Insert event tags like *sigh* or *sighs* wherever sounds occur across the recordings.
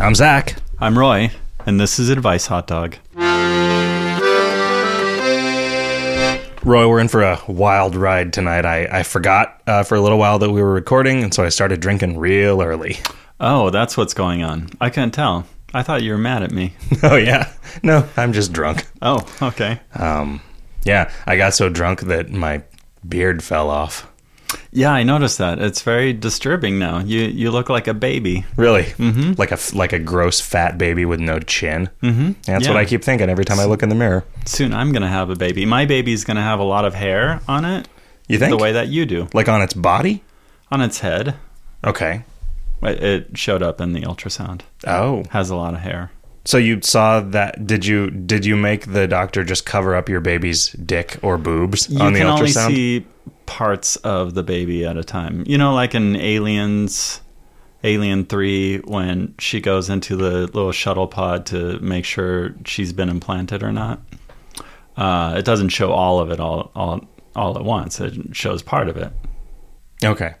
I'm Zach. I'm Roy, and this is Advice Hot Dog. Roy, we're in for a wild ride tonight. I, I forgot uh, for a little while that we were recording, and so I started drinking real early. *laughs* Oh, that's what's going on. I couldn't tell. I thought you were mad at me. oh, yeah. No, I'm just drunk. Oh, okay. Um, yeah, I got so drunk that my beard fell off. Yeah, I noticed that. It's very disturbing now. You you look like a baby. Really? Mm-hmm. Like a like a gross fat baby with no chin. Mm-hmm. That's what Yeah. I keep thinking every time I look in the mirror. Soon I'm going to have a baby. My baby's going to have a lot of hair on it, You think? the way that you do, like on its body? on its head. Okay. It it showed up in the ultrasound. Oh, Has a lot of hair. so you saw that? Did you did you make the doctor just cover up your baby's dick or boobs You on the can only ultrasound? see parts of the baby at a time. You know, like in Aliens, Alien 3, when she goes into the little shuttle pod to make sure she's been implanted or not. Uh, it doesn't show all of it all, all, all at once, it shows part of it. Okay.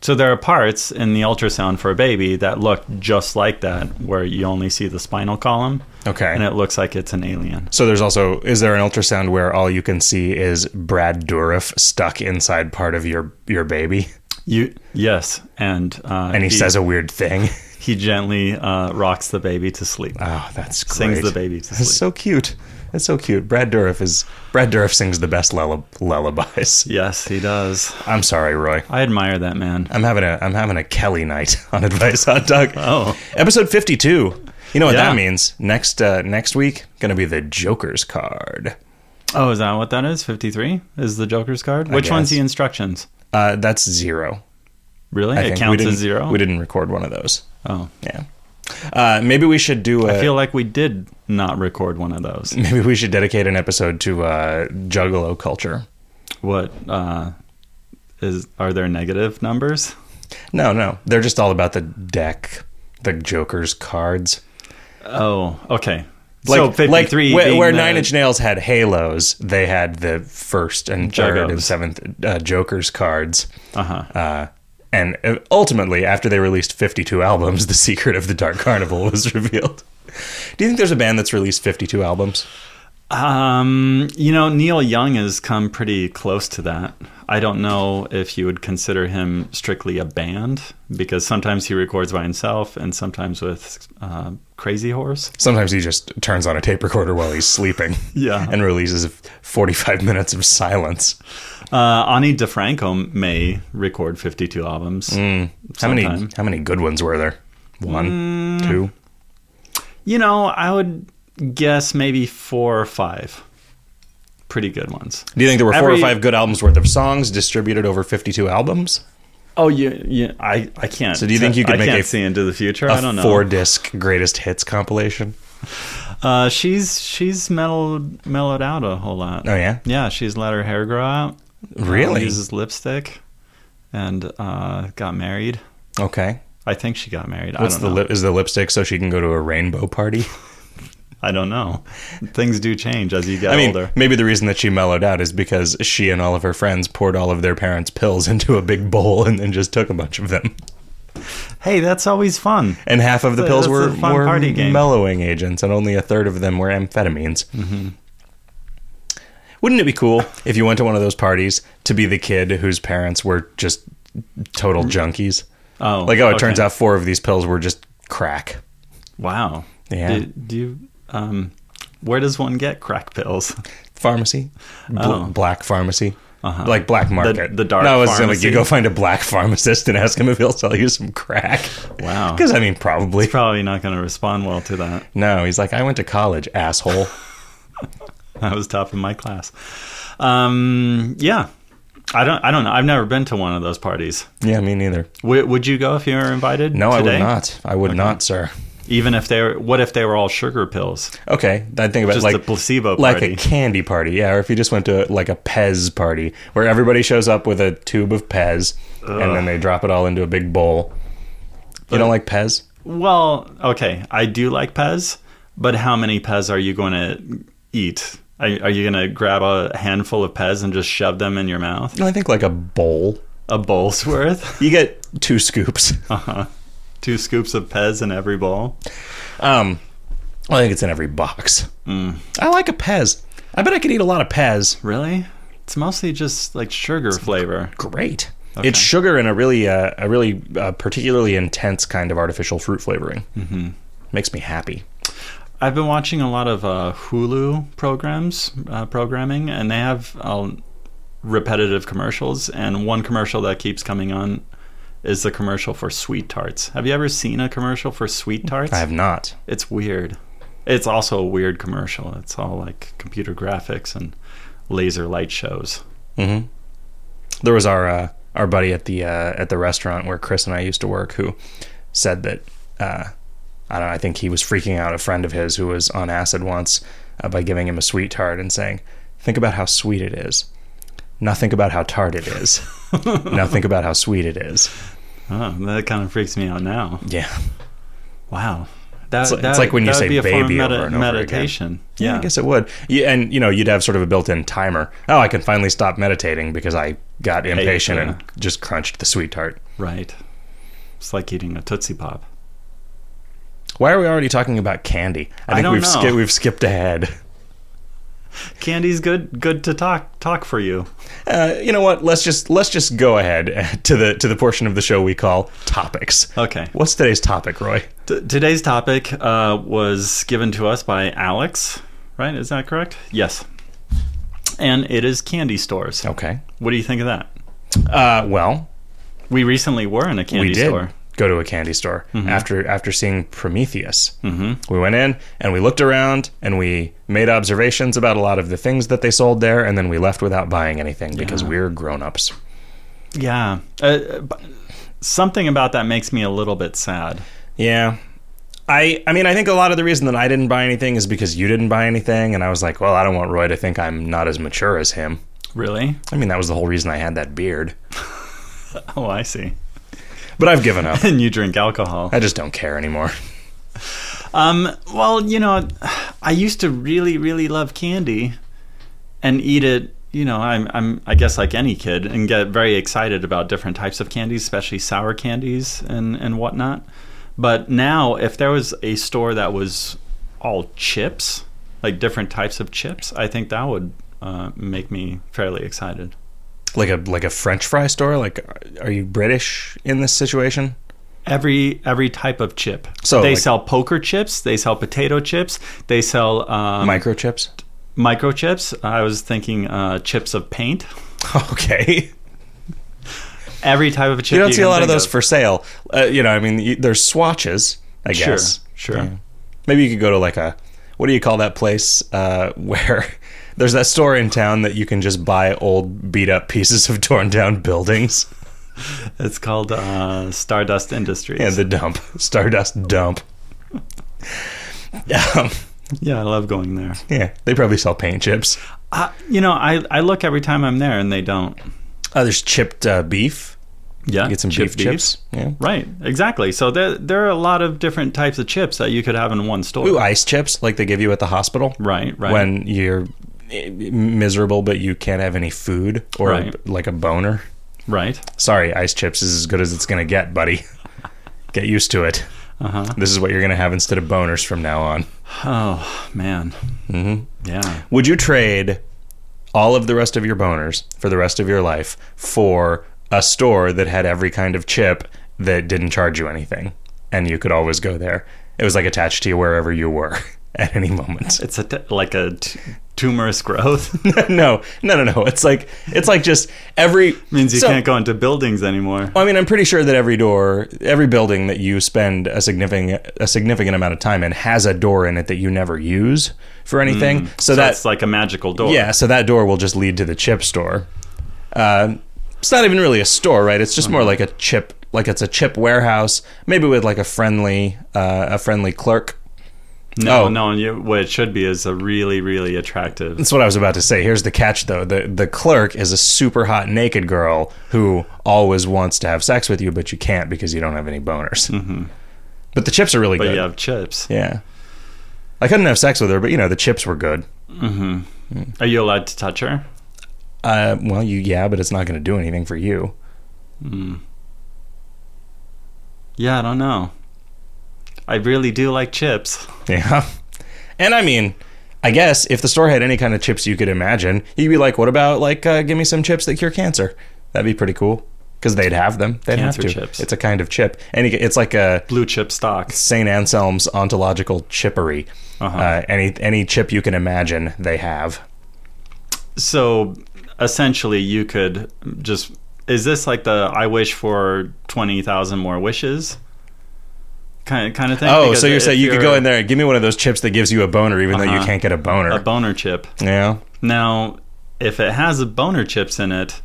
So there are parts in the ultrasound for a baby that look just like that, where you only see the spinal column Okay. and it looks like it's an alien. so there's also is there an ultrasound where all you can see is Brad Dourif stuck inside part of your your baby You yes, and uh, and he, says a weird thing? he gently uh, rocks the baby to sleep. *laughs* Oh, that's great. Sings the baby to That's sleep. so cute. That's so cute. Brad Dourif is Brad Dourif sings the best lullab- lullabies. Yes, he does. *laughs* I'm sorry, Roy. I admire that man. I'm having a I'm having a Kelly night *laughs* on Advice Hot Dog. Oh. Episode 52. You know what Yeah. that means? Next uh, next week going to be the Joker's card. Oh, is that what that is? 53 is the Joker's card? Which one's guess. the instructions? Uh, that's 0. Really? I it think. we counts didn't- as zero? We didn't record one of those. Oh. Yeah. Uh, maybe we should do a. I feel like we did not record one of those. *laughs* maybe we should dedicate an episode to uh, Juggalo culture. What uh is are there negative numbers? No, no, they're just all about the deck, the Joker's cards. Oh, okay. so 53 Uh, where, being where the- Nine Inch Nails had halos, they had the first and third and Juggos. seventh uh, Joker's cards. Uh-huh. Uh, and uh, ultimately, after they released 52 albums, *laughs* the secret of the Dark Carnival was *laughs* revealed. Do you think there's a band that's released 52 albums? Um, you know, Neil Young has come pretty close to that. I don't know if you would consider him strictly a band because sometimes he records by himself and sometimes with uh, Crazy Horse. Sometimes he just turns on a tape recorder while he's sleeping. *laughs* Yeah. And releases 45 minutes of silence. Uh, Ani DeFranco may record 52 albums. How many sometime. how many good ones were there? One, Mm. two. You know, I would guess maybe four or five pretty good ones. Do you think there were four or Every- five good albums worth of songs distributed over 52 albums? Oh, you, you I, I can't. So do you think you could I make can't a- see into the future? A I don't know. Four disc greatest hits compilation. Uh, she's she's mellowed mellowed out a whole lot. Oh, yeah? yeah. She's let her hair grow out. Um, Really? uses lipstick, and uh, got married. Okay. I think she got married. What's I the don't know. lip? Is the lipstick so she can go to a rainbow *laughs* party? I don't know. Things do change as you get I mean, older. maybe the reason that she mellowed out is because she and all of her friends poured all of their parents' pills *laughs* into a big bowl and then just took a bunch of them. Hey, that's always fun. And half of the That's pills a were, fun were party game. mellowing agents, and only a third of them were amphetamines. Mm-hmm. Wouldn't it be cool if you went to one of those parties to be the kid whose parents were just total junkies? Oh, Like, oh, it okay. turns out four of these pills were just crack. Wow. Yeah. Do, do you? Um, where does one get crack pills? *laughs* Pharmacy, Bl- Oh. Uh-huh. black pharmacy. Like black market, the dark No, it's like pharmacy. you go find a black pharmacist and ask him if he'll sell you some crack. Wow. Because I mean, probably Probably not going to respond well to that. no. He's like, I went to college, asshole. I was top of my class. Um, yeah. I don't. I don't know. I've never been to one of those parties. yeah, me neither. W- would you go if you were invited? No, I today? would not. I would not, sir. Even if they were, what if they were all sugar pills? Okay, I think about Just like a placebo like party. a candy party, yeah. Or if you just went to like a Pez party where everybody shows up with a tube of Pez and then they drop it all into a big bowl. You don't like Pez? Well, okay, I do like Pez, but how many Pez are you going to eat? Are, are you going to grab a handful of Pez and just shove them in your mouth? No, I think like a bowl. A bowl's *laughs* worth? *laughs* You get two scoops. two scoops of Pez in every bowl. Um, I think it's in every box. Mm. I like a Pez. I bet I could eat a lot of Pez. Really? It's mostly just like sugar flavor. Great. It's sugar and a really, uh, a really uh, particularly intense kind of artificial fruit flavoring. Mm-hmm. Makes me happy. I've been watching a lot of uh, Hulu programs, uh, programming, and they have uh, repetitive commercials. And one commercial that keeps coming on is the commercial for sweet tarts. Have you ever seen a commercial for sweet tarts? I have not. It's weird. It's also a weird commercial. It's all like computer graphics and laser light shows. *laughs* Mm-hmm. There was our uh, our buddy at the uh, at the restaurant where Chris and I used to work who said that uh, I don't know. I think he was freaking out a friend of his who was on acid once uh, by giving him a sweet tart and saying, "Think about how sweet it is." Now think about how tart it is. now think about how sweet it is. Oh, that kind of freaks me out now. *laughs* Yeah. Wow. That, It's like- that, it's like when you that would say be a form of baby over and over again. meditation. Yeah, I guess it would. Yeah, and you know, you'd have sort of a built-in timer. Oh, I can finally stop meditating because I got impatient yeah. and just crunched the sweet tart. Right. It's like eating a Tootsie Pop. Why are we already talking about candy? I I think don't we've know. skipped we've skipped ahead. Candy's good good to talk talk for you. Uh, you know what? Let's just let's just go ahead *laughs* to the to the portion of the show we call topics. Okay. What's today's topic, Roy? T- today's topic uh, was given to us by Alex, right? Is that correct? Yes. And it is candy stores. Okay. What do you think of that? Uh, well, We recently were in a candy we did store. Mm-hmm. go to a candy store after after seeing Prometheus. Mm-hmm. We went in and we looked around and we made observations about a lot of the things that they sold there, and then we left without buying anything because we're grown ups. Yeah. Uh, but something about that makes me a little bit sad. Yeah. I, I mean, I think a lot of the reason that I didn't buy anything is because you didn't buy anything, and I was like, well, I don't want Roy to think I'm not as mature as him. Really? I mean, that was the whole reason I had that beard. Oh, I see. *laughs* But I've given up. And you drink alcohol. I just don't care anymore. Um, well, you know, I used to really, really love candy and eat it. You know, I'm, I'm, I guess, like any kid, and get very excited about different types of candies, especially sour candies and and whatnot. But now, if there was a store that was all chips, like different types of chips, I think that would uh, make me fairly excited. Like a like a French fry store. Like, are you British in this situation? Every every type of chip. So, they like- sell poker chips. They sell potato chips. They sell um, Microchips. *laughs* microchips. I was thinking uh, chips of paint. Okay. *laughs* Every type of chip. You don't see a can lot of think those for sale. Uh, you know, I mean, you, there's swatches. I Sure, guess. sure. Maybe you could go to like a what do you call that place uh, *laughs* where there's that store in town that you can just buy old beat up pieces of torn down buildings. *laughs* It's called uh, Stardust Industries. Yeah, the dump, *laughs* Stardust dump. *laughs* Um, Yeah, I love going there. yeah, they probably sell paint chips. I, you know, I, I look every time I'm there, and they don't. Uh, there's chipped uh, beef. Yeah, Get some chip Uh, beef chips. Yeah. Right, exactly. So there there are a lot of different types of chips that you could have in one store. Ooh, ice chips like they give you at the hospital. right, right. when you're eh, miserable but you can't have any food or Right. like a boner. right. Sorry, ice chips is as good as it's going to get, *laughs* buddy. Get used to it. Uh-huh. This is what you're going to have instead of boners from now on. Oh man. Mm-hmm. Yeah. Would you trade all of the rest of your boners for the rest of your life for a store that had every kind of chip that didn't charge you anything and you could always go there? It was like attached to you wherever you were *laughs* at any *laughs* moment. It's a t- like a t- tumorous growth *laughs* no, no, no, no. It's like it's like just every means you So- Oh, can't go into buildings anymore. Well, I mean, I'm pretty sure that every door, every building that you spend a significant a significant amount of time in has a door in it that you never use for anything. so Mm, So that it's like a magical door. yeah, so that door will just lead to the chip store. Um it's not even really a store, right? It's just Uh-huh. more like a chip, like it's a chip warehouse, maybe with like a friendly uh, a friendly clerk. No, Oh. no. And you, what it should be is a really, really attractive. That's what I was about to say. Here's the catch, though. The the clerk is a super hot naked girl who always wants to have sex with you, but you can't because you don't have any boners. Mm-hmm. But the chips are really Hmm. But good. you have chips. Yeah. I couldn't have sex with her, but you know the chips were good. Mm-hmm. Are you allowed to touch her? Uh, well, you yeah, but it's not going to do anything for you. Yeah, I don't know. I really do like chips. *laughs* Yeah. And I mean, I guess if the store had any kind of chips you could imagine, you'd be like, what about, like, uh, give me some chips that cure cancer? That'd be pretty cool. Because they'd have them. They'd Cancer have to. chips. It's a kind of chip. And you ca- it's like a Blue chip stock. St. Anselm's ontological chippery. Uh-huh. Uh, any, any chip you can imagine, they have. So essentially, you could just. Is this like the I wish for 20,000 more wishes kind, kind of thing? Oh, Because so you're if saying you could go you're in there and give me one of those chips that gives you a boner, even though you Uh-huh. can't get a boner. A boner chip. yeah. Now, if it has boner chips in it,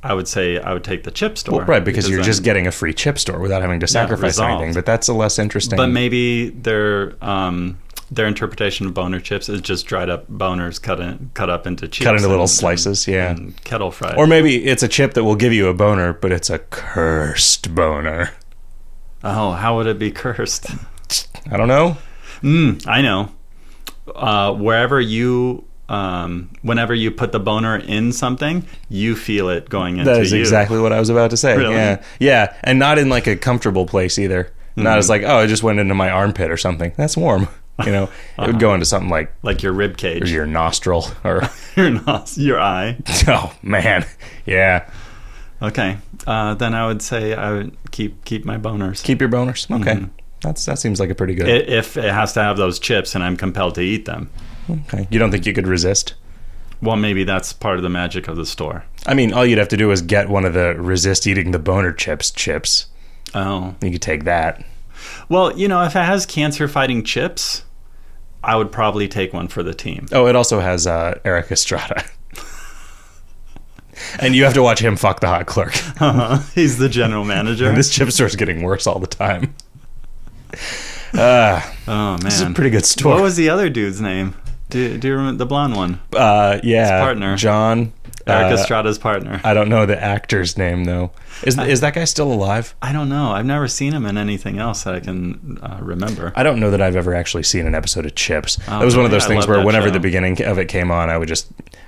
I would say I would take the chip store. Well, right, because, you're then- just getting a free chip store without having to sacrifice resolved. anything. But that's a less interesting. But maybe their um, their interpretation of boner chips is just dried up boners cut in, cut up into chips, Cut into little and- slices, yeah. and kettle fried. or maybe it's a chip that will give you a boner, but it's a cursed boner. oh, how would it be *laughs* cursed? I don't know. Mm, I know. Uh, wherever you, um, whenever you put the boner in something, you feel it going into That is you. exactly what I was about to say. Really? Yeah, yeah, and not in like a comfortable place either. Not Mm-hmm. as like, oh, it just went into my armpit or something. That's warm. You *laughs* know, it would go into something like like your rib cage, your nostril or *laughs* *laughs* your nos, your eye. oh man, yeah. Okay, uh, then I would say I would keep keep my boners. Keep your boners. Okay, that's that seems like a pretty good. I- if Mm-hmm. it has to have those chips and I'm compelled to eat them. okay, you don't think you could resist? Well, maybe that's part of the magic of the store. I mean, all you'd have to do is get one of the resist eating the boner chips chips. Oh. You could take that. Well, you know, if it has cancer fighting chips, I would probably take one for the team. Oh, it also has uh, Eric Estrada. *laughs* and you have to watch him fuck the hot *laughs* clerk. He's the general manager. Uh-huh. *laughs* This chip store is getting worse all the time. Uh, oh, this is a man. pretty good What store. was the other dude's name? Do, do you remember the blonde one? uh, yeah, partner. John. Eric uh, Estrada's partner. I, I don't know the actor's name though. Is is that guy still alive? don't know. I've never seen him in anything else that I can uh, remember. I don't know that I've ever actually seen an episode of Chips. Oh, that was one of really? those I things love where that whenever show. the beginning of it came on, I would just,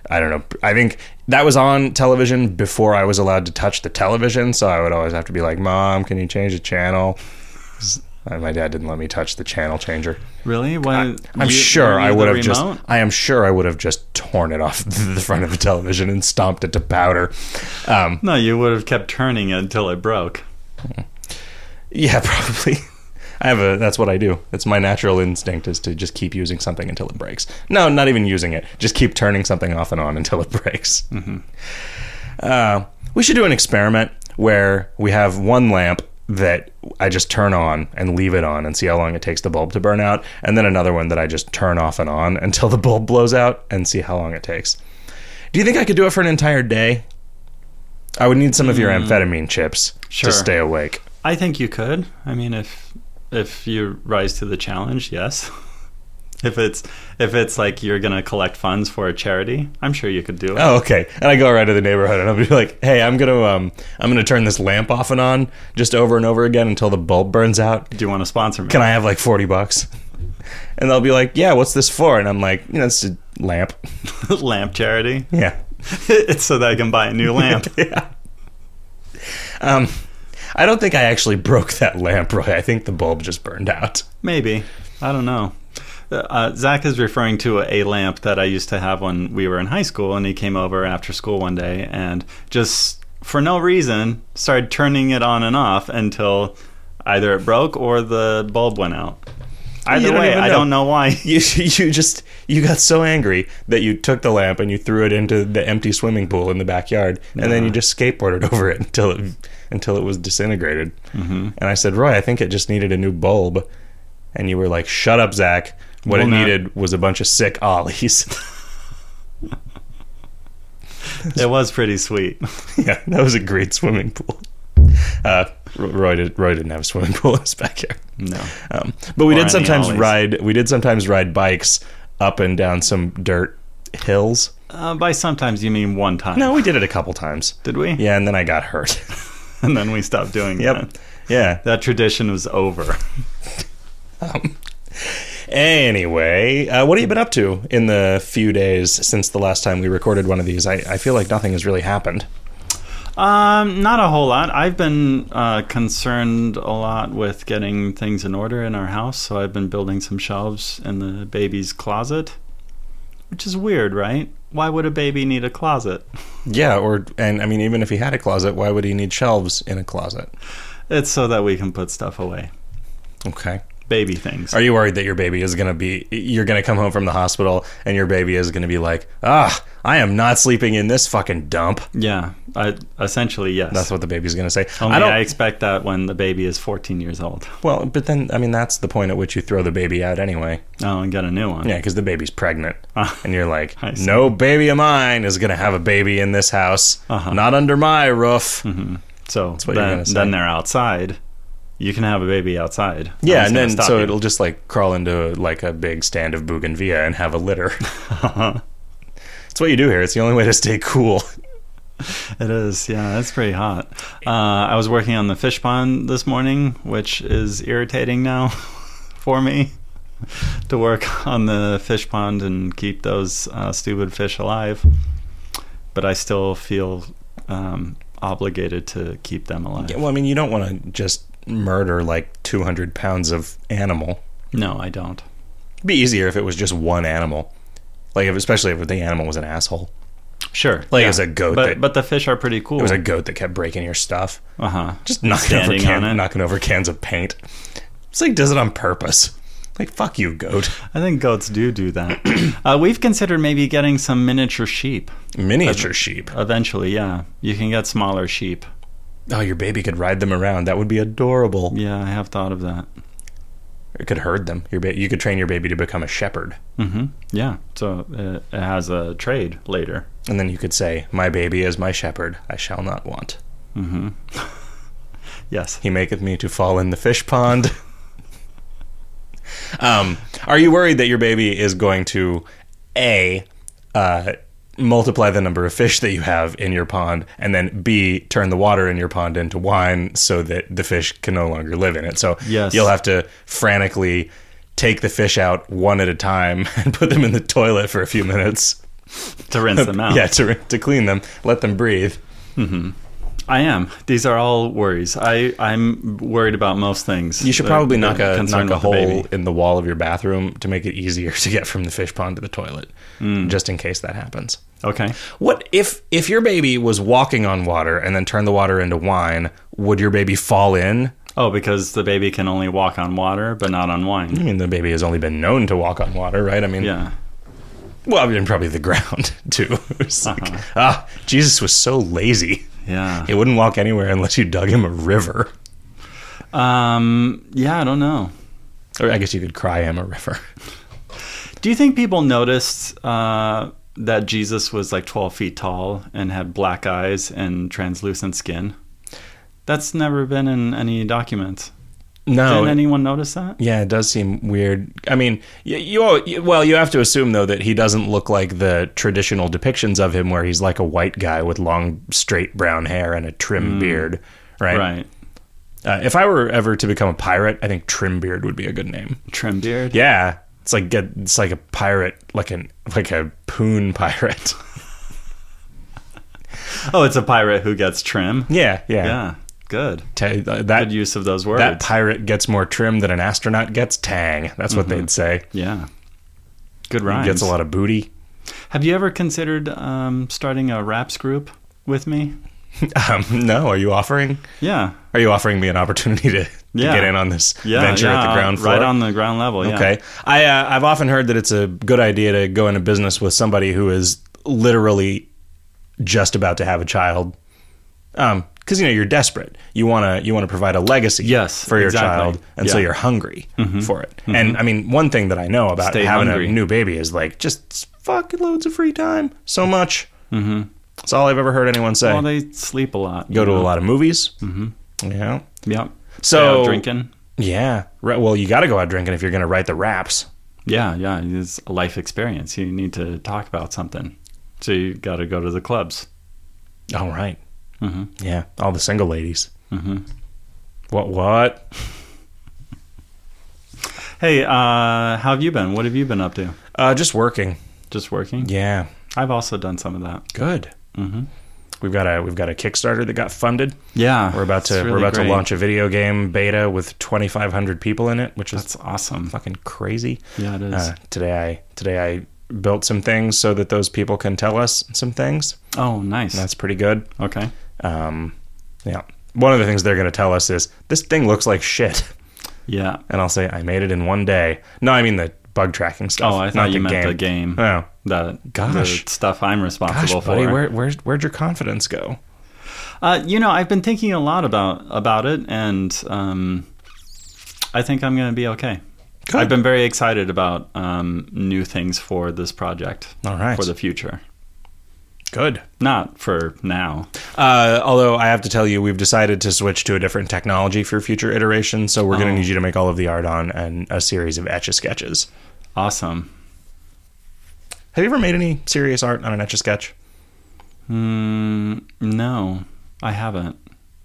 I don't know. I think that was on television before I was allowed to touch the television, so I would always have to be like, "Mom, can you change the channel?" 'Cause, uh, My dad didn't let me touch the channel changer. really? Why, I'm you- sure were I you would the have just. remote? I am sure I would have just torn it off *laughs* the front of the television and stomped it to powder. Um, No, you would have kept turning it until it broke. Yeah, *laughs* probably. I have a. That's what I do. That's my natural instinct is to just keep using something until it breaks. No, not even using it. Just keep turning something off and on until it *laughs* breaks. Uh, we should do an experiment where we have one lamp that I just turn on and leave it on and see how long it takes the bulb to burn out, and then another one that I just turn off and on *laughs* until the bulb blows out and see how long it takes. Do you think I could do it for an entire day? I would need some of your amphetamine chips Sure. to stay awake. I think you could. I mean, if if you rise to the challenge, yes. *laughs* If it's if it's like you're gonna collect funds for a charity, I'm sure you could do it. Oh, okay. And I go around to the neighborhood and I'll be like, "Hey, I'm gonna um, I'm gonna turn this lamp off and on just over and over again until the bulb burns out. Do you want to sponsor me? Can I have like forty bucks?" And they'll be like, "Yeah, what's this for?" And I'm like, "You know, it's a lamp." *laughs* *laughs* lamp charity? Yeah. it's so that I can buy a *laughs* new lamp. yeah. Um, I don't think I actually broke that lamp, Roy. I think the bulb just burned out. Maybe. I don't know. Uh, Zach is referring to a lamp that I used to have when we were in high school, and he came over after school one day and just for no reason started turning it on and off until either it broke or the bulb went out. Either don't way, even I know. don't know *laughs* why. You you just you got so angry that you took the lamp and you threw it into the empty swimming pool in the backyard, and then you just skateboarded *laughs* over it until it until it was disintegrated. Mm-hmm. And I said, Roy, I think it just needed a new bulb, and you were like, Shut up, Zach. What Well, it now- needed was a bunch of sick ollies. *laughs* It was pretty sweet. yeah, that was a great swimming pool. Uh, Ro- Roy did, Roy didn't have a swimming *laughs* pool in his backyard. No. Um, but we Or did any sometimes ollies. ride. We did sometimes ride bikes up and down some dirt hills. Uh, by sometimes you mean one time. No, we did it a couple times. Did we? Yeah, and then I got hurt. *laughs* *laughs* And then we stopped doing yep. that. Yeah. That tradition was over. Anyway, uh, what have you been up to in the few days since the last time we recorded one of these? I, I feel like nothing has really happened. Um, not a whole lot. I've been uh, concerned a lot with getting things in order in our house, so I've been building some shelves in the baby's closet, which is weird, right? Why would a baby need a closet? Yeah, or and I mean, even if he had a closet, why would he need shelves in a closet? It's so that we can put stuff away, Okay. baby things. Are you worried that your baby is going to be? You're going to come home from the hospital and your baby is going to be like, ah, I am not sleeping in this fucking dump. yeah, I, essentially yes. That's what the baby's going to say. Only I don't. I expect that when the baby is 14 years old. well, but then I mean, that's the point at which you throw the baby out anyway. Oh, and get a new one. Yeah, because the baby's pregnant, Ah. and you're like, I see. no baby of mine is going to have a baby in this house, Uh-huh. Mm-hmm. not under my roof. *laughs* So what you're then, gonna say. then they're outside. You can have a baby outside. Yeah, and Nobody's gonna then stop so you. it'll just like crawl into like a big stand of bougainvillea and have a litter. *laughs* *laughs* It's what you do here. It's the only way to stay cool. It is, yeah, it's pretty hot. Uh, I was working on the fish pond this morning, which is irritating now *laughs* for me to work on the fish pond and keep those uh, stupid fish alive. But I still feel um, obligated to keep them alive. Yeah, well, I mean, you don't want to just murder like 200 pounds of animal. No, I don't. It'd be easier if it was just one animal. Like, if, especially if the animal was an asshole. Sure, Like, it's a goat But that- but the fish are pretty cool. It was a goat that kept breaking your stuff, uh huh. just knocking over, Standing can- on it. knocking over cans of paint. It's like, does it on purpose. Like, fuck you, goat. I think goats do do that. *clears throat* uh, we've considered maybe getting some miniature sheep Miniature sheep. eventually. Yeah, you can get smaller sheep. Oh, your baby could ride them around. That would be adorable. Yeah, I have thought of that. It could herd them. Your ba- you could train your baby to become a shepherd. hmm Yeah. So it, it has a trade later. And then you could say, My baby is my shepherd. I shall not want. Yes. He maketh me to fall in the fish pond. *laughs* um, are you worried that your baby is going to a uh, multiply the number of fish that you have in your pond, and then b turn the water in your pond into wine so that the fish can no longer live in it? So Yes. you'll have to frantically take the fish out one at a time *laughs* and put them in the toilet for a few minutes. To rinse them *laughs* out. Yeah, to to clean them, let them breathe. I am. These are all worries. I, I'm worried about most things. You should that- probably that knock I'm a knock concerned a with the hole baby. in the wall of your bathroom to make it easier *laughs* to get from the fish pond to the toilet, Mm. just in case that happens. Okay. What if if your baby was walking on water and then turned the water into wine? Would your baby fall in? Oh, because the baby can only walk on water, but not on I wine. mean, the baby has only been known to walk on water, right? I mean, Yeah. well, I mean, probably the ground *laughs* too. It's like, ah, Jesus was so lazy; Uh-huh. Yeah. he wouldn't walk anywhere unless you dug him a river, Um. Yeah. I don't know. or I guess you could cry him a river. Do you think people noticed uh, that Jesus was like 12 feet tall and had black eyes and translucent skin? That's never been in any documents. No, Didn't anyone notice that? Yeah, it does seem weird. I mean, you, you al- you- well, you have to assume though that he doesn't look like the traditional depictions of him, where he's like a white guy with long, straight brown hair and a trim beard, right? Hmm. Right. Uh, if I were ever to become a pirate, I think trim beard would be a good name. Trim beard. Yeah, it's like get, it's like a pirate, like an like a poon pirate. *laughs* Oh, it's a pirate who gets trim. yeah, yeah. Yeah. Good. Ta- uh, that Good use of those words. that pirate gets more trim than an astronaut gets tang. That's what they'd say. yeah. Good He Mm-hmm. rhymes. Gets a lot of booty. *laughs* Have you ever considered um, starting a raps group with me? Um, no, are you offering? Yeah. Are you offering me an opportunity to, to Yeah. get in on this Yeah. venture at yeah, the ground floor? Right on the ground level. Yeah. Okay. I uh, I've often heard that it's a good idea to go into business with somebody who is literally just about to have a child. Um because you know you're desperate. You want to you want to provide a legacy Yes, for your exactly. child and so Yeah. Mm-hmm. you're hungry for it. And I mean one thing that I know about Stay having hungry. a new baby is like just fucking loads of free time. So much. Mhm. That's all I've ever heard anyone say. Mm-hmm. Well, they sleep a lot. go to a lot of movies. Mhm. Mm-hmm. Yeah. Yep. So Stay out drinking. Yeah. Right. Well, you got to go out drinking if you're going to write the raps. Yeah, yeah, it's a life experience. You need to talk about something, so you got to go to the clubs. All right. hmm Yeah. All the single ladies. hmm What? What? Hey, uh, how have you been? What have you been up to? Uh, just working. Just working? Yeah. I've also done some of that. Good. Mhm. We've got a we've got a Kickstarter that got funded. Yeah, We're about to it's we're really about great. to launch a video game beta with 2,500 people in it, which is That's awesome. fucking crazy. Yeah, it is. Uh, today I today I built some things so that those people can tell us some things. oh, nice. That's pretty good. okay. Um, yeah. One of the things they're going to tell us is this thing looks like shit, *laughs* Yeah. and I'll say I made it in one day. No, I mean the bug tracking stuff. Oh, I not thought you meant the game. Oh, That Gosh. the stuff I'm gosh, responsible buddy, for. where where's where'd your confidence go? Uh, you know, I've been thinking a lot about about it, and um, I think I'm going to be okay. Good. I've been very excited about um, new things for this project All right. for the future, Good. not for now. Uh, although I have to tell you, we've decided to switch to a different technology for future iterations, so we're going Oh. to need you to make all of the art on and a series of etch a sketches. Awesome. Have you ever made any serious art on an etch a sketch? Mm, no, I haven't.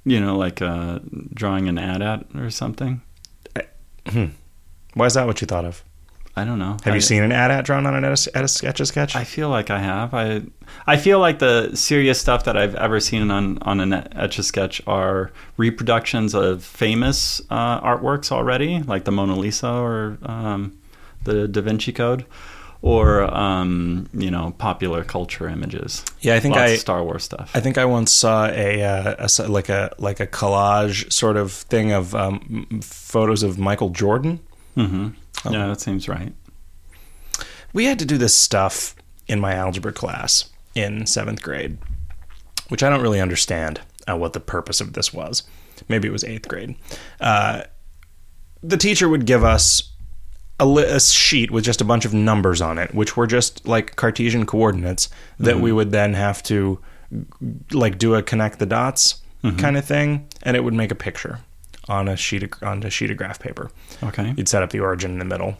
You know, like uh, drawing an ad at or something. Why is that what you thought of? I don't know. Have I- you seen an ad at drawn on an etch a sketch a sketch? I feel like I have. I I feel like the serious stuff that I've ever seen on on an etch a sketch are reproductions of famous uh, artworks already, like the Mona Lisa or um, the Da Vinci Code, or um, you know popular culture images. Yeah, I think Lots I- of Star Wars stuff. I think I once saw a, uh, a s- like a like a collage sort of thing of um, m- photos of Michael Jordan. hmm Oh. Yeah, that seems right. We had to do this stuff in my algebra class in seventh grade, which I don't really understand uh, what the purpose of this was. Maybe it was eighth grade. Uh, the teacher would give us a, li- a sheet with just a bunch of numbers on it, which were just like Cartesian coordinates that we would then have to like do a connect the dots Mm-hmm. kind of thing, and it would make a picture on a sheet of, on a sheet of graph paper. Okay. You'd set up the origin in the middle.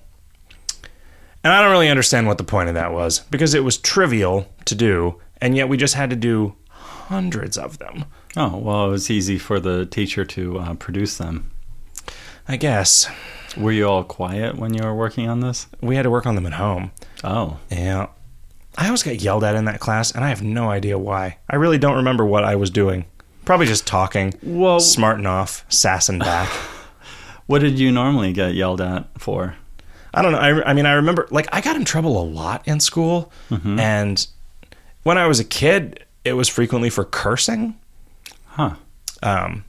And I don't really understand what the point of that was because it was trivial to do, and yet we just had to do hundreds of them. Oh well, it was easy for the teacher to uh, produce them. I guess Were you all quiet when you were working on this? we had to work on them at home. Oh, Yeah. I always got yelled at in that class, and I have no idea why. I really don't remember what I was doing. Probably just talking, Well- smarting off, sassing back. what did you normally get yelled at for? I don't know. I, I mean, I remember like I got in trouble a lot in school, Mm-hmm. and when I was a kid, it was frequently for cursing. Huh. Um,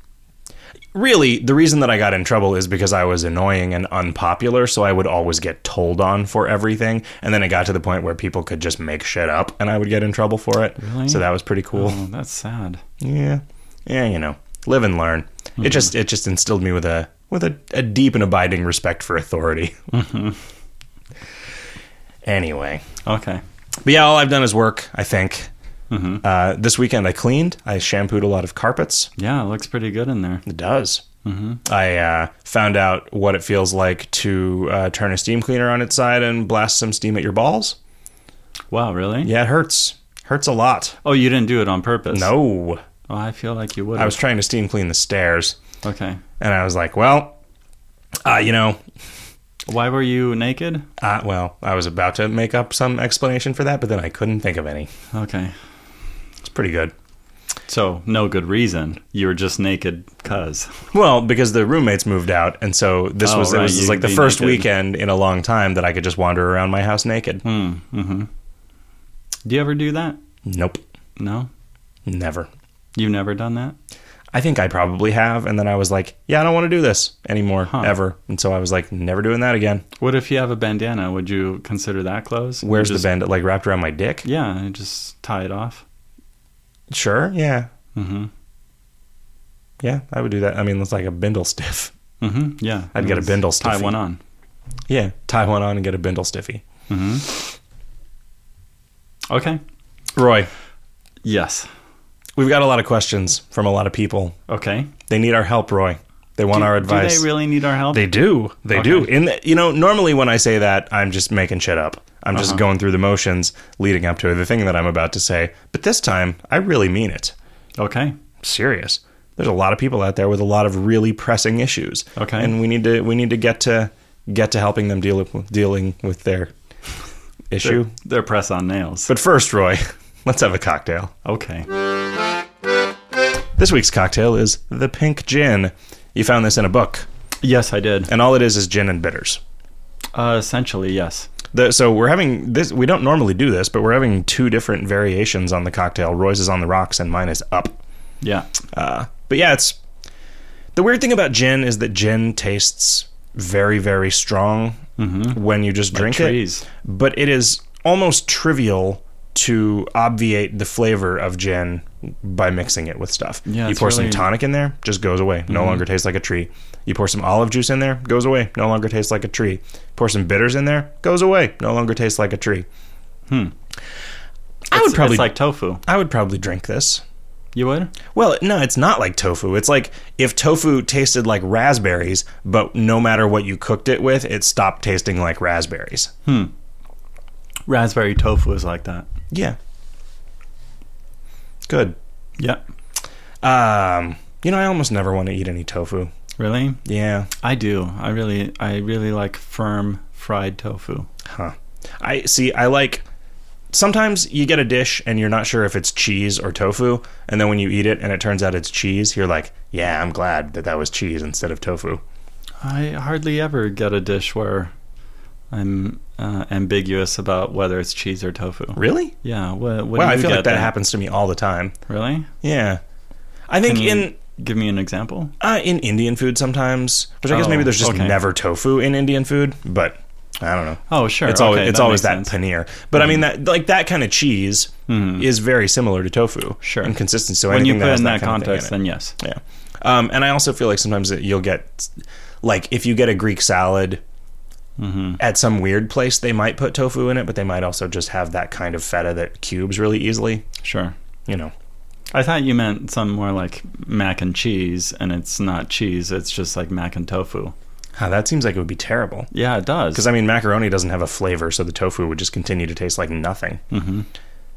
really, the reason that I got in trouble is because I was annoying and unpopular, so I would always get told on for everything, and then it got to the point where people could just make shit up, and I would get in trouble for it. Really? So that was pretty cool. Oh, that's sad. Yeah, yeah, you know, live and learn. It just it just instilled me with a with a, a deep and abiding respect for authority. Anyway, Okay. but yeah, all I've done is work. I think uh, this weekend I cleaned. I shampooed a lot of carpets. Yeah, it looks pretty good in there. It does. Mm-hmm. I uh, found out what it feels like to uh, turn a steam cleaner on its side and blast some steam at your balls. Wow, really? Yeah, it hurts. Hurts a lot. Oh, you didn't do it on purpose? No, Oh, I feel like you would. I have. was trying to steam clean the stairs, okay. and I was like, well, uh, you know, Why were you naked? Uh, well, I was about to make up some explanation for that, but then I couldn't think of any. Okay. It's pretty good. So, no good reason. You were just naked cuz. Well, because the roommates moved out, and so this Oh, was it right, was you like could the be first naked. weekend in a long time that I could just wander around my house naked. Hmm, mm-hmm. Do you ever do that? Nope, No? never. You've never done that? I think I probably have, and then I was like, yeah, I don't want to do this anymore, Huh. ever. And so I was like, never doing that again. What if you have a bandana? Would you consider that clothes? You Where's just, the bandit like wrapped around my dick? Yeah, you just tie it off. Sure, yeah, Mm yeah, I would do that. I mean, it's like a bindle stiff. *laughs* hmm. Mm hmm. Yeah. I'd get a bindle Tie stiffy. one on. Yeah, tie one on and get a bindle stiffy. Mm-hmm. Okay. Roy, Yes. we've got a lot of questions from a lot of people Okay. They need our help, Roy. They want our advice. Do they really need our help? They do. They do. Okay. In the, you know, normally when I say that, I'm just making shit up. I'm just Uh-huh. going through the motions leading up to the thing that I'm about to say. But this time, I really mean it. okay. I'm serious. There's a lot of people out there with a lot of really pressing issues. Okay. And we need to we need to get to get to helping them deal with, dealing with *laughs* their issue. They're press on nails. *laughs* But first, Roy, let's have a cocktail. Okay. This week's cocktail is the pink gin. You found this in a book, Yes, I did. and all it is is gin and bitters. Uh, essentially, yes. The, so we're having this. We don't normally do this, but we're having two different variations on the cocktail. Roy's is on the rocks, and mine is up. Yeah. Uh, but yeah, it's the weird thing about gin is that gin tastes very, very strong when you just drink it. Trees. But it is almost trivial to obviate the flavor of gin by mixing it with stuff. Yeah, you it's pour some really- Mm-hmm. tonic in there, just goes away. No longer tastes like a tree. You pour some olive juice in there, goes away. No longer tastes like a tree. Pour some bitters in there, goes away. No longer tastes like a tree. Hmm. I would It's- probably It's like tofu. I would probably drink this. You would? Well, no, it's not like tofu. It's like if tofu tasted like raspberries, but no matter what you cooked it with, it stopped tasting like raspberries. Raspberry tofu is like that. Yeah. Good. Yeah. Um, you know, I almost never want to eat any tofu. Really? Yeah. I do. I really, I really like firm fried tofu. Huh. I see. I like. Sometimes you get a dish and you're not sure if it's cheese or tofu, and then when you eat it and it turns out it's cheese, you're like, "Yeah, I'm glad that that was cheese instead of tofu." I hardly ever get a dish where I'm uh, ambiguous about whether it's cheese or tofu. Really? Yeah. What, what well, do I you feel get like that then? happens to me all the time. Really? Yeah. I think Can you in give me an example? uh, in Indian food sometimes, which I guess Oh, maybe there's just okay. never tofu in Indian food, but I don't know. Oh, sure. it's always Okay, it's that always makes that sense. Mm-hmm. paneer. But I mean that like that kind of cheese is very similar to tofu. Sure. In consistency. So when you anything put that it has in that kind of thing context, in it. then yes. yeah. Um, and I also feel like sometimes that you'll get like if you get a Greek salad Mm-hmm. at some weird place, they might put tofu in it, but they might also just have that kind of feta that cubes really easily. Sure. You know. I thought you meant some more like mac and cheese, and it's not cheese. It's just like mac and tofu. Ah, that seems like it would be terrible. Yeah, it does. Because I mean, macaroni doesn't have a flavor, so the tofu would just continue to taste like nothing. Mm-hmm.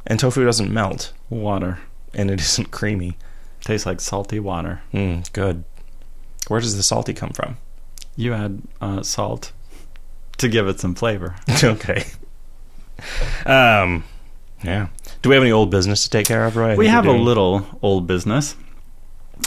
And tofu doesn't melt, water and it isn't creamy. tastes like salty water. Mm, good. Where does the salty come *laughs* from? You add uh, salt to give it some flavor. okay. Um, yeah. Do we have any old business to take care of, Roy? I we think have we're a doing- little old business.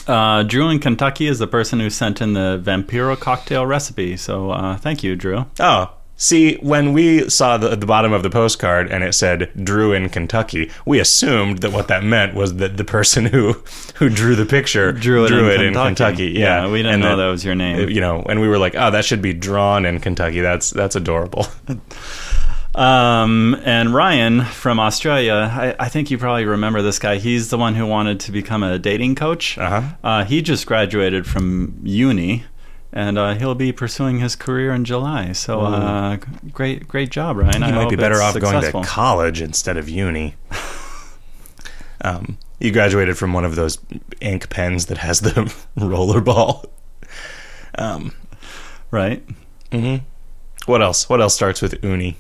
Uh, Drew in Kentucky is the person who sent in the Vampiro cocktail recipe. So uh, thank you, Drew. Oh, see, when we saw the, the bottom of the postcard and it said "Drew in Kentucky," we assumed that what that meant was that the person who who drew the picture Drew it, in, in Kentucky. Kentucky. Yeah, we didn't And know that- that was your name. you know, and we were like, oh, that should be drawn in Kentucky. That's that's *laughs* adorable. Um, and Ryan from Australia, I, I think you probably remember this guy. He's the one who wanted to become a dating coach. Uh-huh. Uh, he just graduated from uni, and uh, he'll be pursuing his career in July. So, uh, g- great, great job, you Ryan. I might be hope better it's off successful. going to college instead of *laughs* uni. um, you graduated from one of those ink pens that has the *laughs* roller ball. Um, right? mhm. What else? What else starts with uni?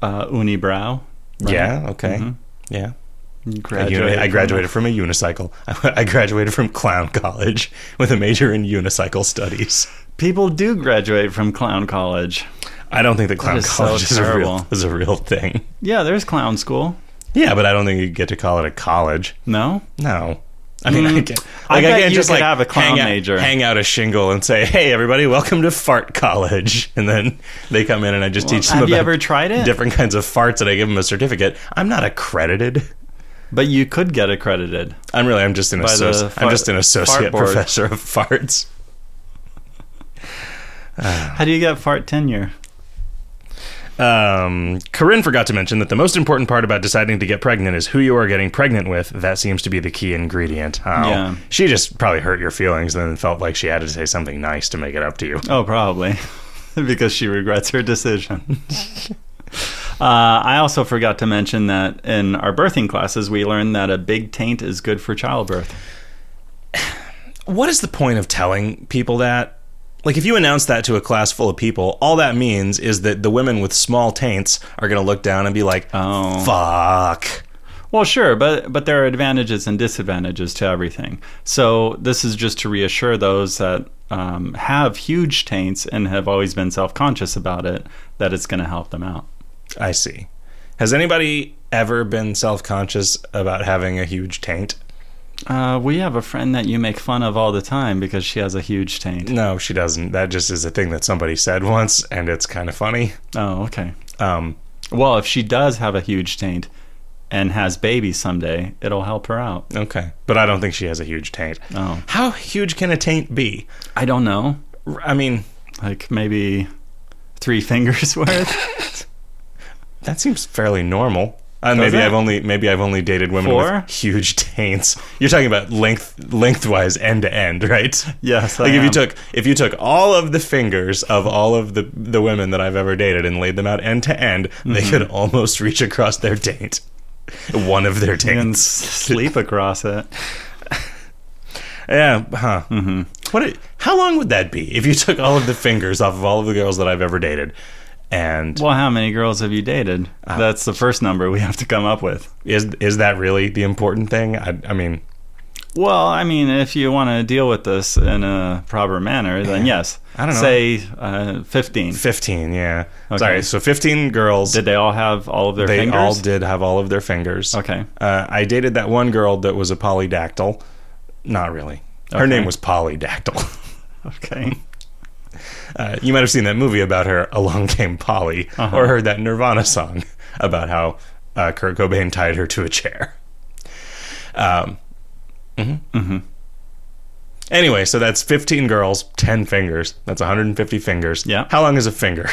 Uh, uni brow. right? Yeah. Okay. Mhm. Yeah. You I uni- I from- graduated from a unicycle. *laughs* I graduated from clown college with a major in unicycle studies. People do graduate from clown college. I don't think that clown is so college is a real terrible. is a real thing. Yeah, there's clown school. Yeah, but I don't think you get to call it a college. No, No. I mean, I Mm. can like, I I bet can't you just could like have a clown hang out, major. hang out a shingle and say, "Hey, everybody, welcome to Fart College," *laughs* and then they come in and I just teach them have about you ever tried it? different kinds of farts, and I give them a certificate. I'm not accredited. but you could get accredited. I'm really, I'm just an By the associate. I'm fart- just an associate fart board. professor of farts. How do you get fart tenure? Um, Corinne forgot to mention that the most important part about deciding to get pregnant is who you are getting pregnant with. That seems to be the key ingredient. Oh, Yeah. She just probably hurt your feelings and then felt like she had to say something nice to make it up to you. Oh, probably. *laughs* because she regrets her decision. uh, I also forgot to mention that in our birthing classes, we learned that a big taint is good for childbirth. What is the point of telling people that? Like, if you announce that to a class full of people, all that means is that the women with small taints are going to look down and be like, Oh. fuck. Well, sure, but but there are advantages and disadvantages to everything. So this is just to reassure those that um, have huge taints and have always been self-conscious about it that it's going to help them out. I see. Has anybody ever been self conscious about having a huge taint? Uh, we have a friend that you make fun of all the time because she has a huge taint. No, she doesn't. That just is a thing that somebody said once, and it's kind of funny. Oh, okay. Um, Well, if she does have a huge taint and has babies someday, it'll help her out. okay, but I don't think she has a huge taint. Oh, How huge can a taint be? I don't know. R- I mean, Like maybe three *laughs* fingers worth. that seems fairly normal. Uh, Does maybe it? I've only maybe I've only dated women Four? with huge *laughs* taints. You're talking about length lengthwise end to end, right? yes. Like I if you am. took if you took all of the fingers of all of the the women that I've ever dated and laid them out end to end, they Mm-hmm. could almost reach across their taint, one of their You can taints. s- sleep across it. Yeah, huh? Mm-hmm. What? It, how long would that be if you took all of the fingers off of all of the girls that I've ever dated? And Well, how many girls have you dated? Uh, That's the first number we have to come up with. is is that really the important thing? I, I mean, Well, I mean, if you want to deal with this in a proper manner, then yes. I don't know. Say uh, 15. fifteen. Yeah. Sorry. So fifteen girls. Did they all have all of their they fingers? all did have all of their fingers. Okay. Uh, I dated that one girl that was a polydactyl. Not really. Her Okay. name was Polydactyl. *laughs* Okay. Uh, you might have seen that movie about her, Along Came Polly, Uh-huh. or heard that Nirvana song about how uh, Kurt Cobain tied her to a chair. Um, mhm. Mm-hmm. Anyway, so that's 15 girls, 10 fingers. That's 150 fingers. Yeah. How long is a finger?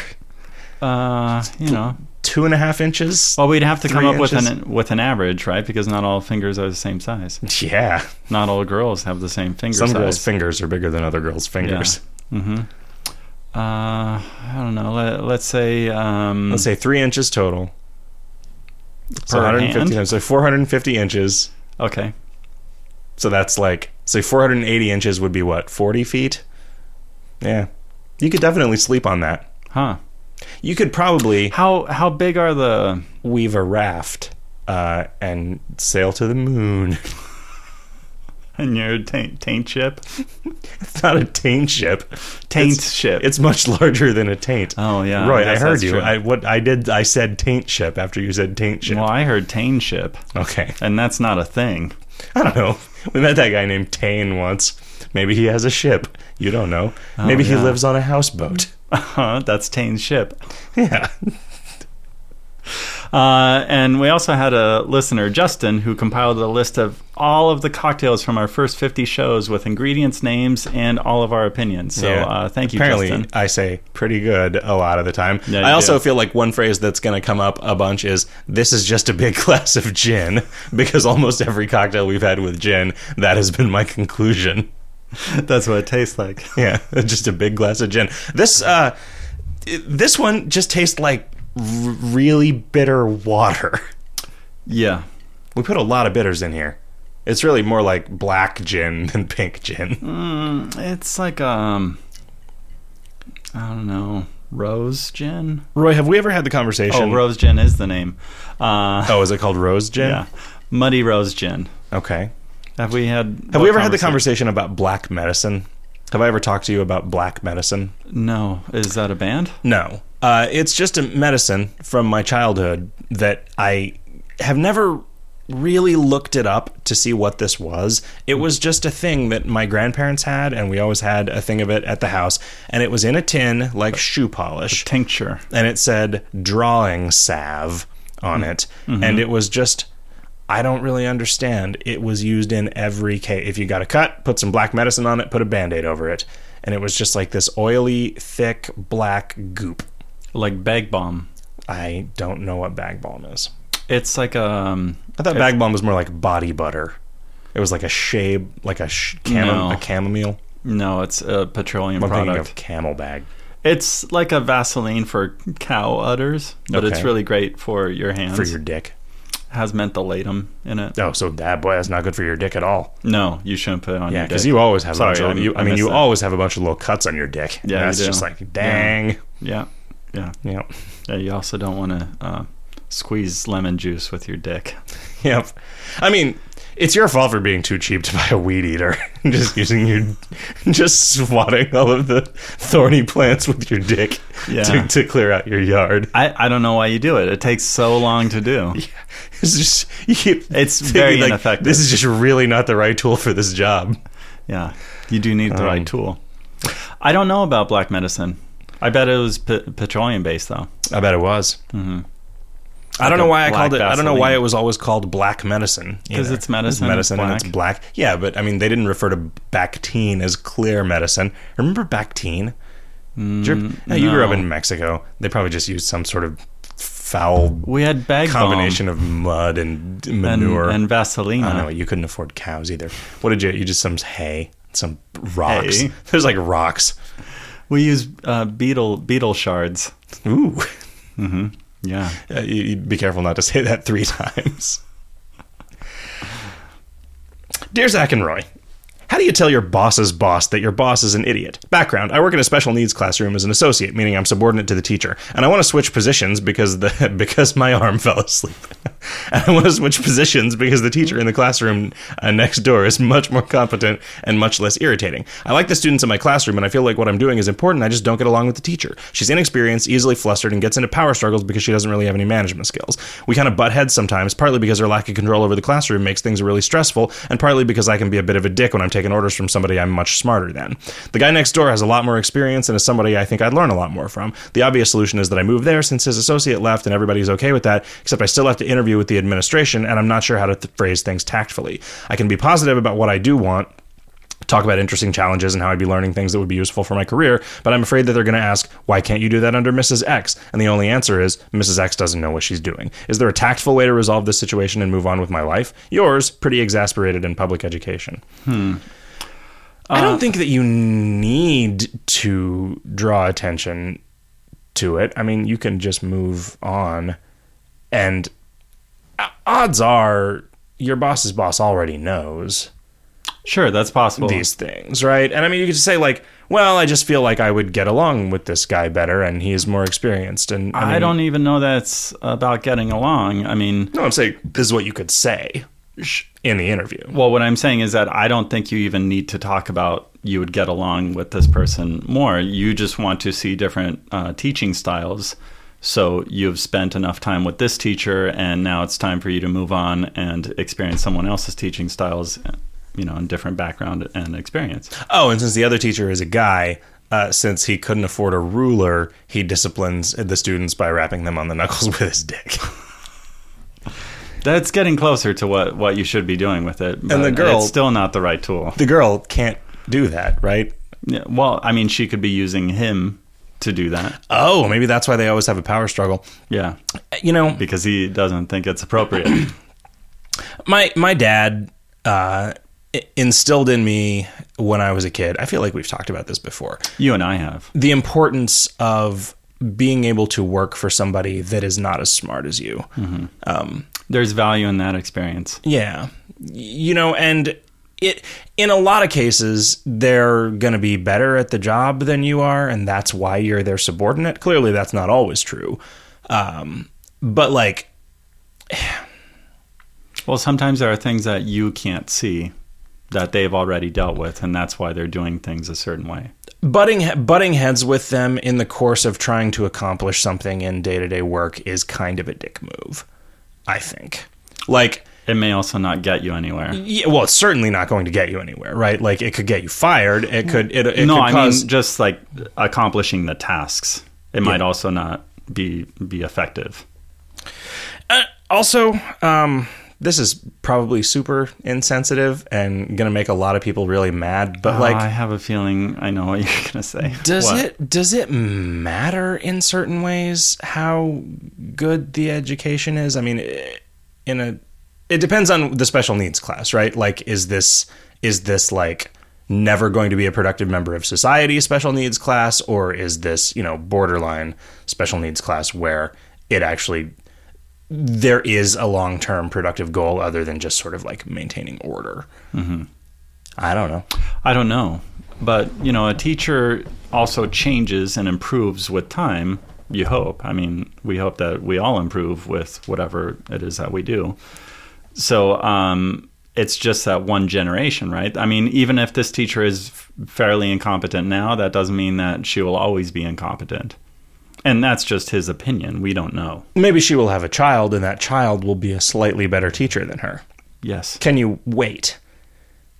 Uh, you know. Two and a half inches? Well, we'd have to come Three up with inches? an with an average, right? Because not all fingers are the same size. *laughs* yeah. Not all girls have the same finger Some size. girls' fingers are bigger than other girls' fingers. hmm Uh, I don't know. Let, let's say. Um, Let's say three inches total. So Per 150 hand? times- so 450 inches. Okay. So that's like say 480 inches would be what 40 feet. Yeah, you could definitely sleep on that. Huh. You could probably How how big are the? weave a raft uh, and sail to the moon. *laughs* And your taint, taint ship? It's not a taint ship. Taint It's- ship. It's much larger than a taint. oh yeah. Roy, I, guess heard that's you. true. I what I did. I said taint ship after you said taint ship. well, I heard taint ship, Okay. and that's not a thing. *laughs* *laughs* I don't know. We met that guy named Tane once. Maybe he has a ship. You don't know. Maybe he Oh, yeah. lives on a houseboat. *laughs* Uh-huh, that's taint ship. Yeah. Uh, and we also had a listener, Justin, who compiled a list of all of the cocktails from our first 50 shows with ingredients, names, and all of our opinions. So Yeah. uh, thank you, Apparently, Justin. I say pretty good a lot of the time. Yeah, you I also do. feel like one phrase that's going to come up a bunch is this is just a big *laughs* glass of gin *laughs* because almost every cocktail we've had with gin, that has been my conclusion. *laughs* That's what it tastes like. Yeah, *laughs* just a big glass of gin. This uh i- this one just tastes like r- really bitter water. *laughs* Yeah. We put a lot of bitters in here. It's really more like black gin *laughs* than pink gin. Mm, It's like, um, I don't know, rose gin? Roy, have we ever had the conversation? Oh, rose gin is the name. Uh, Oh, is it called rose gin? yeah. Muddy rose gin. Okay. Have we had. Have we ever had the conversation about black medicine? Have I ever talked to you about black medicine? No. Is that a band? No. Uh, it's just a medicine from my childhood that I have never really looked it up to see what this was. It was just a thing that my grandparents had, and we always had a thing of it at the house. And it was in a tin like shoe polish. Tincture. and it said drawing salve on it Mm-hmm. and it was just I don't really understand. It was used in every case. If you got a cut, put some black medicine on it, put a band aid over it. And it was just like this oily, thick, black goop. Like bag bomb. I don't know what bag balm is. It's like um, I thought bag balm was more like body butter. It was like a shave, like a, sh- camo- No. a chamomile. No, it's a petroleum I'm thinking product. of camel bag. It's like a Vaseline for cow udders, but it's Okay. really great for your hands. For your dick. Has mentholatum in it. Oh, so that boy, that's not good for your dick at all. No, you shouldn't put it on Yeah, your because dick. you always have. Sorry, a bunch of, I- you, I, I mean, missed you that. always have a bunch of little cuts on your dick. Yeah, and you that's do. just like dang. yeah, yeah, *laughs* Yep, yeah. You also don't want to uh, squeeze lemon juice with your dick. yep. I mean, It's your fault for being too cheap to buy a weed eater *laughs* and just using your, *laughs* just swatting all of the thorny plants with your dick Yeah. to, to clear out your yard. *laughs* I, I don't know why you do it. It takes so long to do. It's just you keep It's thinking, very like, ineffective. This is just really not the right tool for this job. Yeah, you do need the Um, right tool. I don't know about black medicine. I bet it was pe- petroleum based though. I bet it was. Mhm. I don't Like know a why I black called it. I don't know why Vaseline. it was always called black medicine. 'Cause either. it's medicine, it's medicine, and it's black. Yeah, but I mean, they didn't refer to Bactine as clear medicine. Remember Bactine? Did you- no, you grew up Mm, no. in Mexico. They probably just used some sort of foul We had bag bomb combination of mud and d- and, manure. and I don't Vaseline. know. You couldn't afford cows either. What did you? You just some hay, some rocks. Hay. *laughs* There's like rocks. We use uh, beetle beetle shards. Ooh. Yeah, Uh, you, you be careful not to say that three *laughs* times. Dear Zach and Roy, how do you tell your boss's boss that your boss is an idiot? Background I work in a special needs classroom as an associate, meaning I'm subordinate to the teacher. And I want to switch positions because the *laughs* because my arm fell asleep. *laughs* and I want to switch positions because the teacher in the classroom uh, next door is much more competent and much less irritating. I like the students in my classroom and I feel like what I'm doing is important. I just don't get along with the teacher. She's inexperienced, easily flustered, and gets into power struggles because she doesn't really have any management skills. We kind of butt heads sometimes, partly because her lack of control over the classroom makes things really stressful, and partly because I can be a bit of a dick when I'm taking orders from somebody I'm much smarter than. The guy next door has a lot more experience and is somebody I think I'd learn a lot more from. The obvious solution is that I move there since his associate left and everybody's okay with that, except I still have to interview with the administration and I'm not sure how to th- phrase things tactfully. I can be positive about what I do want talk about interesting challenges and how I'd be learning things that would be useful for my career, but I'm afraid that they're going to ask, why can't you do that under Mrs. X? And the only answer is, Mrs. X doesn't know what she's doing. Is there a tactful way to resolve this situation and move on with my life? Yours, pretty exasperated in public education. I don't think that you need to draw attention to it. I mean, you can just move on and uh, odds are your boss's boss already knows sure, that's possible. these things, right? And I mean, you could just say like, "Well, I just feel like I would get along with this guy better, and he is more experienced." And I, mean, don't even know that's about getting along. I mean, No, I'm saying this is what you could say in the interview. well, what I'm saying is that I don't think you even need to talk about you would get along with this person more. You just want to see different uh, teaching styles. So you've spent enough time with this teacher, and now it's time for you to move on and experience someone else's teaching styles, you know, and different background and experience. Oh, and since the other teacher is a guy, uh, since he couldn't afford a ruler, he disciplines the students by wrapping them on the *laughs* knuckles with his dick. *laughs* That's getting closer to what, what you should be doing with it. but the girl- it's still not the right tool. the girl can't do that, right? Yeah, well, I mean, she could be using him to do that. Oh, maybe that's why they always have a power struggle. Uh, Yeah, You know, because he doesn't think it's appropriate. my my dad uh, i- instilled in me when I was a kid. I feel like we've talked about this before. you and I have. the importance of being able to work for somebody that is not as smart as you. There's value in that experience. Yeah. Y- You know, and it in a lot of cases they're going to be better at the job than you are and that's why you're their subordinate. Clearly that's not always true. Um but like Well, sometimes there are things that you can't see that they've already dealt with, and that's why they're doing things a certain way. butting butting heads with them in the course of trying to accomplish something in day-to-day work is kind of a dick move, I think. Like It may also not get you anywhere. Yeah, well, it's certainly not going to get you anywhere, right? Like it could get you fired. It could. It, it no, could I cause, mean just like accomplishing the tasks. It might also not be be effective. Uh, also, um, this is probably super insensitive and going to make a lot of people really mad. But Oh, I like, have a feeling I know what *laughs* you're gonna say. does What? it does it matter in certain ways how good the education is? I mean, i- in a it depends on the special needs class, right? Like, is this is this like never going to be a productive member of society special needs class, or is this you know borderline special needs class where it actually there is a long term productive goal other than just sort of like maintaining order? I don't know. I don't know. But, you know, a teacher also changes and improves with time, you hope. I mean, we hope that we all improve with whatever it is that we do. So, um, it's just that one generation, right? I mean, even if this teacher is f- fairly incompetent now, that doesn't mean that she will always be incompetent. And that's just his opinion. We don't know. Maybe she will have a child, and that child will be a slightly better teacher than her. Yes. Can you wait?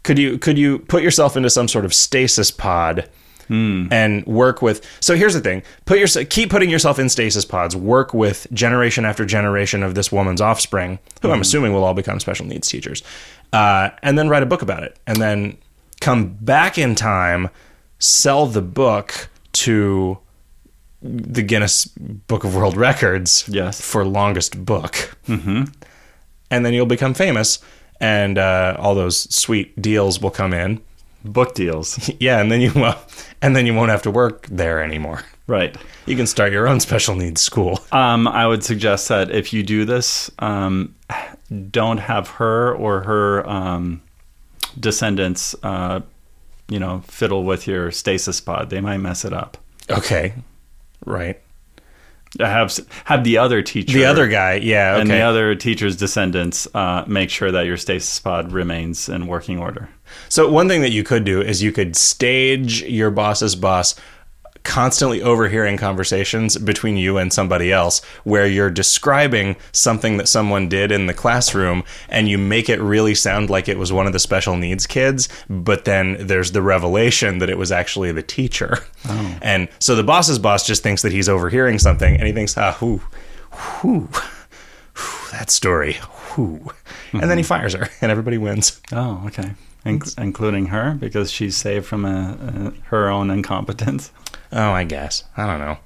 Could you could you put yourself into some sort of stasis pod and work with? So here's the thing: put your keep putting yourself in stasis pods. Work with generation after generation of this woman's offspring, who I'm assuming will all become special needs teachers, uh, and then write a book about it, and then come back in time, sell the book to the Guinness Book of World Records Yes. for longest book. Mm-hmm. And then you'll become famous, and uh, all those sweet deals will come in. *laughs* Book deals. Yeah, and then you uh, and then you won't have to work there anymore. right. You can start your own special needs school. *laughs* Um, I would suggest that if you do this, um, don't have her or her um, descendants, uh, you know, fiddle with your stasis pod. They might mess it up. Okay, right. Have have the other teacher, The other guy, yeah, okay. and the other teacher's descendants, uh, make sure that your stasis pod remains in working order. So one thing that you could do is you could stage your boss's boss constantly overhearing conversations between you and somebody else where you're describing something that someone did in the classroom and you make it really sound like it was one of the special needs kids but then there's the revelation that it was actually the teacher and so the boss's boss just thinks that he's overhearing something and he thinks ah whoo whoo whoo, that story whoo and then he fires her and everybody wins Oh, okay. Inc- including her because she's saved from a, a, her own incompetence. Oh, I guess. I don't know.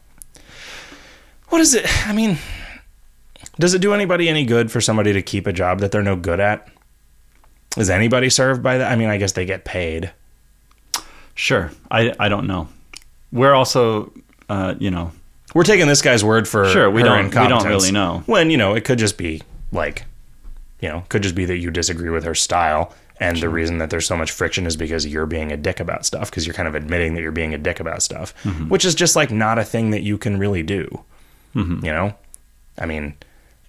What is it? I mean, does it do anybody any good for somebody to keep a job that they're no good at? Is anybody served by that? I mean, I guess they get paid. Sure, I I don't know. We're also, uh, you know, We're taking this guy's word for Sure, we her don't- we don't incompetence. really know. When you know, it could just be like, you know, could just be that you disagree with her style, and the reason that there's so much friction is because you're being a dick about stuff because you're kind of admitting that you're being a dick about stuff, Mm-hmm. which is just like not a thing that you can really do. You know, I mean,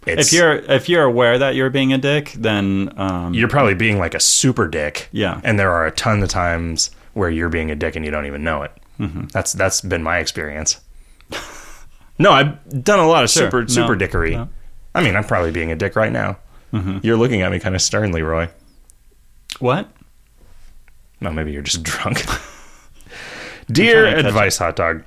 it's, Mm-hmm. if you're if you're aware that you're being a dick, then um, you're probably being like a super dick. Yeah. And there are a ton of times where you're being a dick and you don't even know it. Mm-hmm. That's that's been my experience. *laughs* no, I've done a lot of super No, super dickery. no. Mm-hmm. I mean, I'm probably being a dick right now. You're looking at me kind of sternly, Roy. what? No, maybe you're just *laughs* drunk. Dear trying to catch advice, hot dog.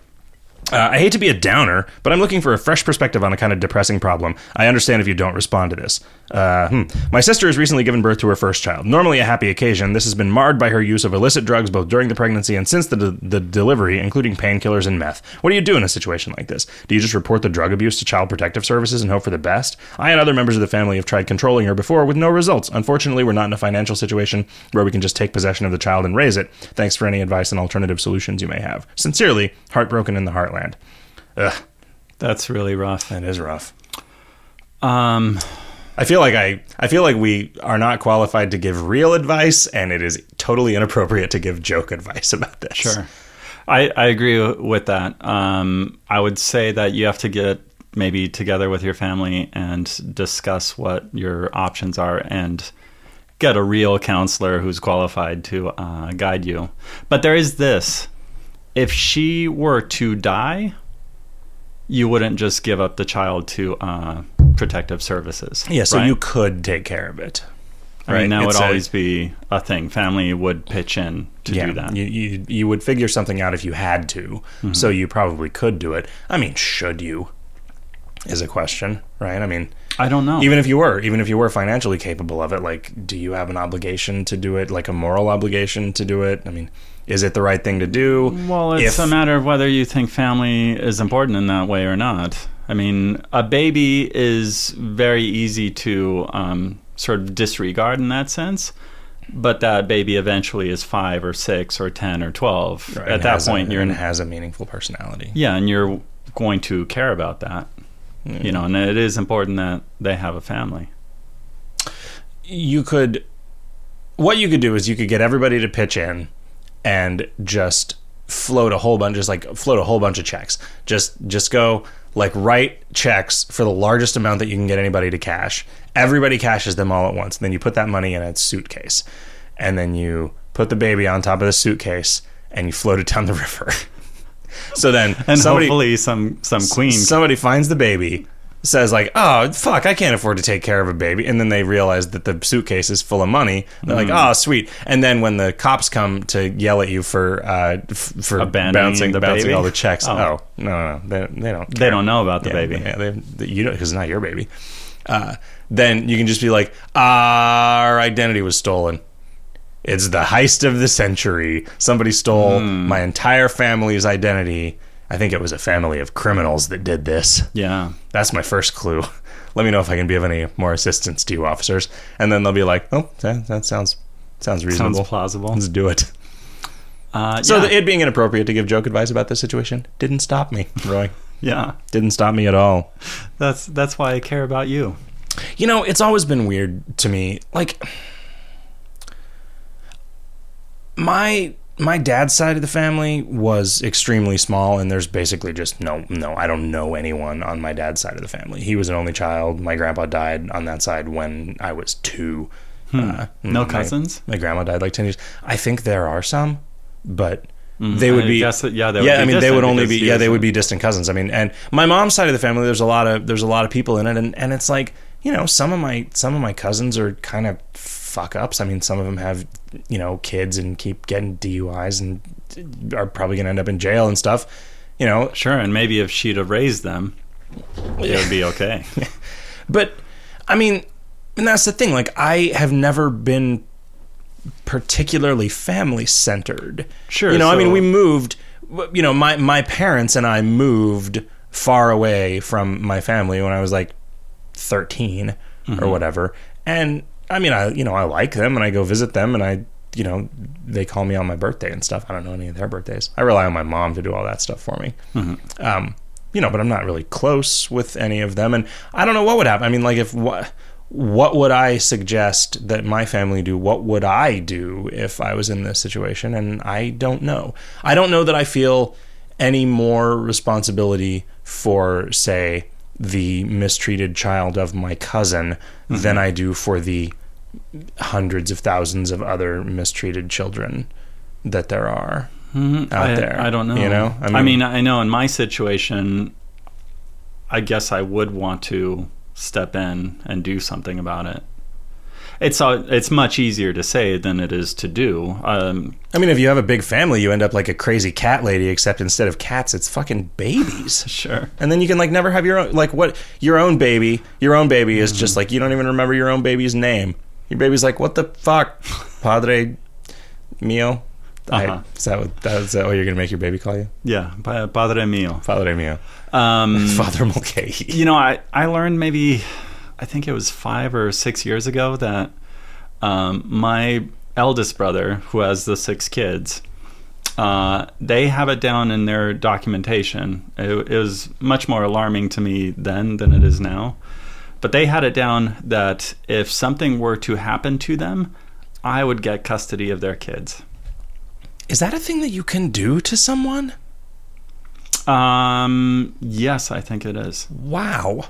Uh, I hate to be a downer, but I'm looking for a fresh perspective on a kind of depressing problem. I understand if you don't respond to this. Uh, hmm. My sister has recently given birth to her first child. Normally a happy occasion, this has been marred by her use of illicit drugs both during the pregnancy and since the, the delivery, including painkillers and meth. What do you do in a situation like this? Do you just report the drug abuse to Child Protective Services and hope for the best? I and other members of the family have tried controlling her before with no results. Unfortunately, we're not in a financial situation where we can just take possession of the child and raise it. Thanks for any advice and alternative solutions you may have. Sincerely, Heartbroken in the Heartland. Ugh, That's really rough. that is rough. Um, I feel like I, I feel like we are not qualified to give real advice, and it is totally inappropriate to give joke advice about this. sure, I I agree with that. Um, I would say that you have to get maybe together with your family and discuss what your options are and get a real counselor who's qualified to uh, guide you. But there is this: if she were to die, you wouldn't just give up the child to uh, protective services. Yeah, so right? you could take care of it. I mean, Right. that would It's a- always be a thing. Family would pitch in to do that. Mm-hmm. You, you you would figure something out if you had to, so you probably could do it. I mean, should you? Is a question, right? I mean, I don't know. even if you were, even if you were financially capable of it, like, do you have an obligation to do it? Like a moral obligation to do it? I mean, is it the right thing to do? well, it's if- a matter of whether you think family is important in that way or not. I mean, a baby is very easy to um, sort of disregard in that sense, but that baby eventually is five or six or ten or twelve. Right, At and that has a- point, you're and in has a meaningful personality. yeah, and you're going to care about that. You know, and it is important that they have a family. you could what you could do is you could get everybody to pitch in and just float a whole bunch just like float a whole bunch of checks just just go like write checks for the largest amount that you can get anybody to cash. Everybody cashes them all at once. And then you put that money in a suitcase. And then you put the baby on top of the suitcase and you float it down the *laughs* river. so then And somebody hopefully some some queen. somebody finds the baby, says like, "Oh fuck, I can't afford to take care of a baby," and then they realize that the suitcase is full of money. They're like, Mm. "Oh sweet," and then when the cops come to yell at you for uh, f- for Abandoning bouncing the bouncing baby? all the checks, oh, Oh. no, no, no, they, they don't they don't know about the baby. yeah, they, they- you don't because it's not your baby. Uh, then you can just be like, our identity was stolen. It's the heist of the century. Somebody stole my entire family's identity. I think it was a family of criminals that did this. Yeah. That's my first clue. *laughs* Let me know if I can be of any more assistance to you, officers. And then they'll be like, oh, that, that sounds sounds Sounds reasonable. plausible. Let's do it. Uh, So yeah. the- it being inappropriate to give joke advice about this situation didn't stop me, Roy. yeah. didn't stop me at all. That's that's why I care about you. You know, it's always been weird to me. Like my my dad's side of the family was extremely small and there's basically just no no, I don't know anyone on my dad's side of the family. He was an only child. My grandpa died on that side when I was 2. Uh, No my- cousins? My grandma died like 10 years. I think there are some, but they would Mm, I be guess that- yeah, they would yeah be i mean they distant would only be because he yeah they was would a- be distant cousins i mean and my mom's side of the family there's a lot of there's a lot of people in it and and it's like you know some of my some of my cousins are kind of fuck ups i mean some of them have you know kids and keep getting duis and are probably going to end up in jail and stuff you know Sure, and maybe if she'd have raised them, it would be *laughs* okay. But I mean, and that's the thing. Like, I have never been particularly family centered. Sure, You know, I so- mean, we moved. You know, my my parents and I moved far away from my family when I was like 13 Mm-hmm. or whatever. And I mean, I you know, I like them and I go visit them and I you know they call me on my birthday and stuff. I don't know any of their birthdays. I rely on my mom to do all that stuff for me. Um, you know, but I'm not really close with any of them, and I don't know what would happen. I mean, like if what what would I suggest that my family do? What would I do if I was in this situation? And I don't know. I don't know that I feel any more responsibility for, say, the mistreated child of my cousin than I do for the hundreds of thousands of other mistreated children that there are. Mhm. out I, there, I don't know. you know? I I mean, I mean- know in my situation, I guess I would want to step in and do something about it. It's uh, it's much easier to say than it is to do. Um, I mean, if you have a big family, you end up like a crazy cat lady, except instead of cats, it's fucking babies. sure. And then you can like never have your own like what your own baby. Your own baby is just like you don't even remember your own baby's name. Your baby's like, what the fuck, Padre Mio? Uh-huh. I, is that what that is that what you're gonna make your baby call you? Yeah, pa- padre mio. Padre Mio, Um, Father Mulcahy. you know, I, I learned maybe, I think it was five or six years ago that um, my eldest brother, who has the six kids, uh, they have it down in their documentation. It, it was much more alarming to me then than it is now. But they had it down that if something were to happen to them, I would get custody of their kids. Is that a thing that you can do to someone? Um, yes, I think it is. Wow,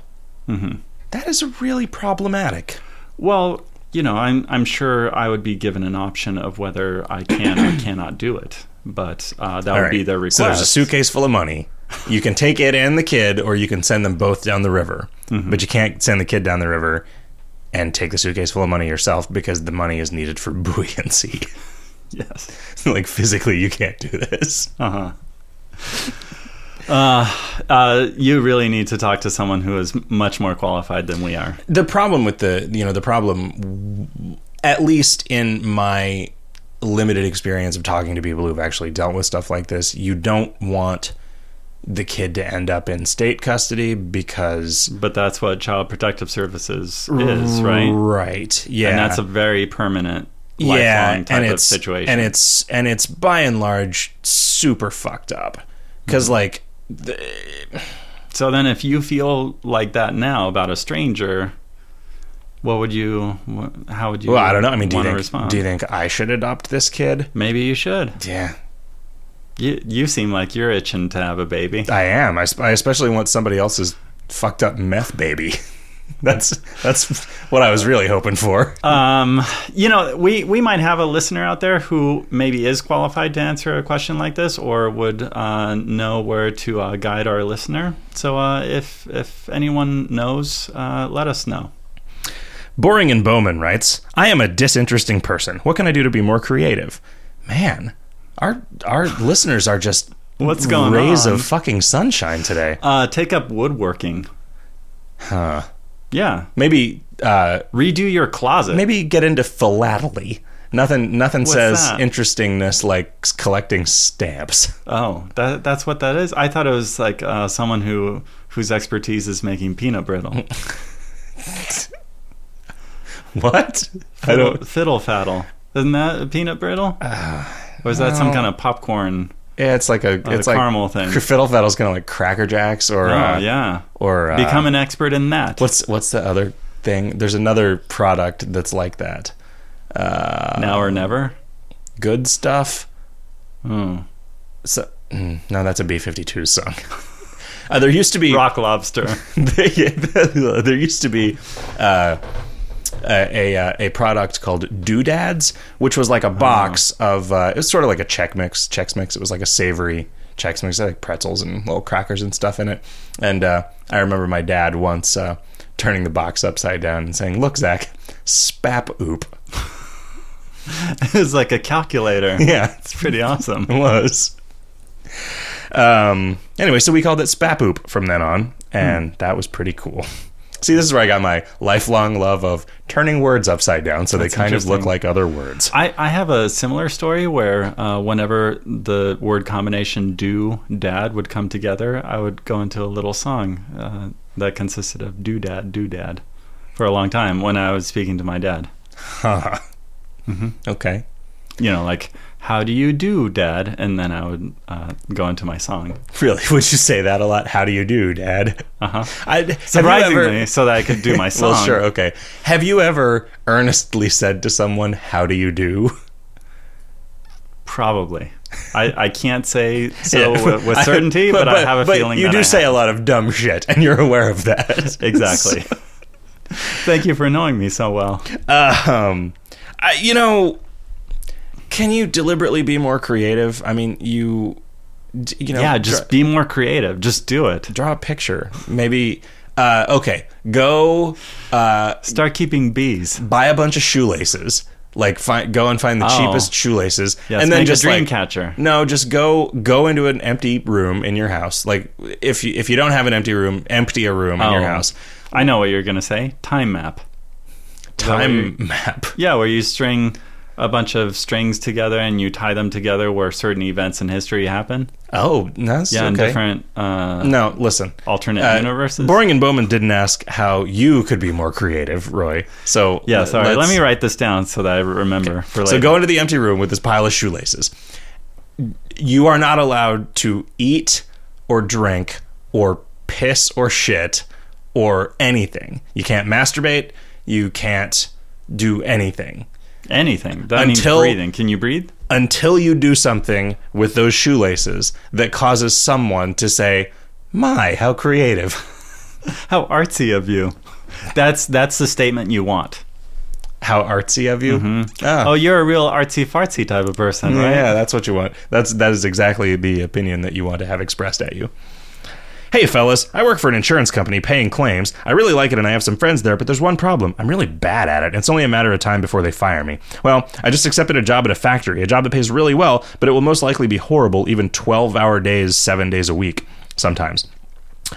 Mm-hmm. that is really problematic. Well, you know, I'm I'm sure I would be given an option of whether I *clears throat* can or cannot do it, but uh, that would be their request. So there's a suitcase full of money. You can take it and the kid, or you can send them both down the river. But you can't send the kid down the river and take the suitcase full of money yourself because the money is needed for *laughs* buoyancy. *laughs* Yes. like physically, you can't do this. Uh-huh. Uh uh, You really need to talk to someone who is much more qualified than we are. the problem with the you know the problem at least in my limited experience of talking to people who've actually dealt with stuff like this you don't want the kid to end up in state custody because But that's what Child Protective Services is, right? right yeah And that's a very permanent, lifelong type of situation. And it's and it's by and large super fucked up because Mm-hmm. like so then, if you feel like that now about a stranger, what would you? What, how would you? well I don't know I mean do you wanna think respond? do you think I should adopt this kid Maybe you should. yeah You you seem like you're itching to have a baby. I am. I, sp- I especially want somebody else's fucked up meth baby. *laughs* that's that's what I was really hoping for. Um, you know, we we might have a listener out there who maybe is qualified to answer a question like this, or would uh, know where to uh, guide our listener. So uh, if if anyone knows, uh, let us know. Boring and Bowman writes, "I am a disinteresting person. What can I do to be more creative?" Man, our *sighs* our listeners are just What's going rays on? of fucking sunshine today, Uh, take up woodworking. huh? Yeah, Maybe uh, redo your closet. maybe get into philately. Nothing nothing says that? interestingness like s- collecting stamps. *laughs* Oh, that that's what that is. I thought it was like uh, someone who whose expertise is making peanut brittle. What? I Fiddle, don't. Uh, fiddle faddle. Isn't that a peanut brittle? or is that some kind of popcorn? Yeah, it's like a Oh, the it's like caramel thing. Fiddle Faddle's kind of like Cracker Jacks or uh, oh yeah. or uh, Become an expert in that. what's what's the other thing? There's another product that's like that. Uh, now or never? good stuff. Hmm. So mm, no, that's a B52 song. *laughs* uh, there used to be Rock lobster. *laughs* *laughs* yeah, there used to be uh, a a, uh, a product called Doodads, which was like a box of uh, it was sort of like a check mix, Chex mix. It was like a savory Chex mix, It had, like pretzels and little crackers and stuff in it. And uh, I remember my dad once uh, turning the box upside down and saying, "Look, Zach, spap oop." *laughs* it's like a calculator. Yeah, It's pretty awesome. it *laughs* was. Um. Anyway, so we called it Spapoop from then on, Hmm. and that was pretty cool. See, this is where I got my lifelong love of turning words upside down so That's they kind of look interesting. like other *laughs* words. I, I have a similar story where uh, whenever the word combination do dad would come together, I would go into a little song uh, that consisted of do dad, do dad for a long time when I was speaking to my dad. Uh-huh. Huh. Mm-hmm. Okay. *laughs* You know, like, how do you do, dad? And then I would uh, go into my song. Really? Would you say that a lot? How do you do, Dad? Uh huh. I, have you Surprisingly, ever- so that I could *laughs* do my song. Well, sure. Okay. Have you ever earnestly said to someone, "How do you do"? Probably. I, I *laughs* can't say *laughs* so Yeah. with, with certainty, but, I have a but feeling you that do I say have. a lot of dumb shit, and you're aware of that. *laughs* exactly. Thank you for knowing me so well. um, I, you know, can you deliberately be more creative? I mean, you, d- you know, Yeah, dra- just be more creative. Just do it. draw, a picture. Maybe, uh, okay, go uh, Start keeping bees. buy a bunch of shoelaces. Like, find go and find the Oh. cheapest shoelaces, Yes, and then make just a dream like, catcher. No, just go go into an empty room in your house. Like, if you if you don't have an empty room, empty a room in your Oh. house. I know what you're gonna say. Time map. what Time map. Yeah, where you string a bunch of strings together and you tie them together where certain events in history happen. Oh, that's Yeah, in okay. different uh, No, listen. alternate Uh, universes. Boring and Bowman didn't ask how you could be more creative, Roy. So Yeah, sorry. let's- Let me write this down so that I remember for later. So go into the empty room with this pile of shoelaces. You are not allowed to eat or drink or piss or shit or anything. You can't masturbate. You can't do anything Anything. That Until- means breathing. Can you breathe? until you do something with those shoelaces that causes someone to say, "My, how creative! *laughs* How artsy of you. That's that's the statement you want. How artsy of you!" Ah. Oh, you're a real artsy fartsy type of person, right? Yeah, that's what you want. That's that is exactly the opinion that you want to have expressed at you. Hey fellas, I work for an insurance company paying claims. I really like it and I have some friends there, but there's one problem. I'm really bad at it. It's only a matter of time before they fire me. Well, I just accepted a job at a factory, a job that pays really well, but it will most likely be horrible even 12-hour days, 7 days a week sometimes.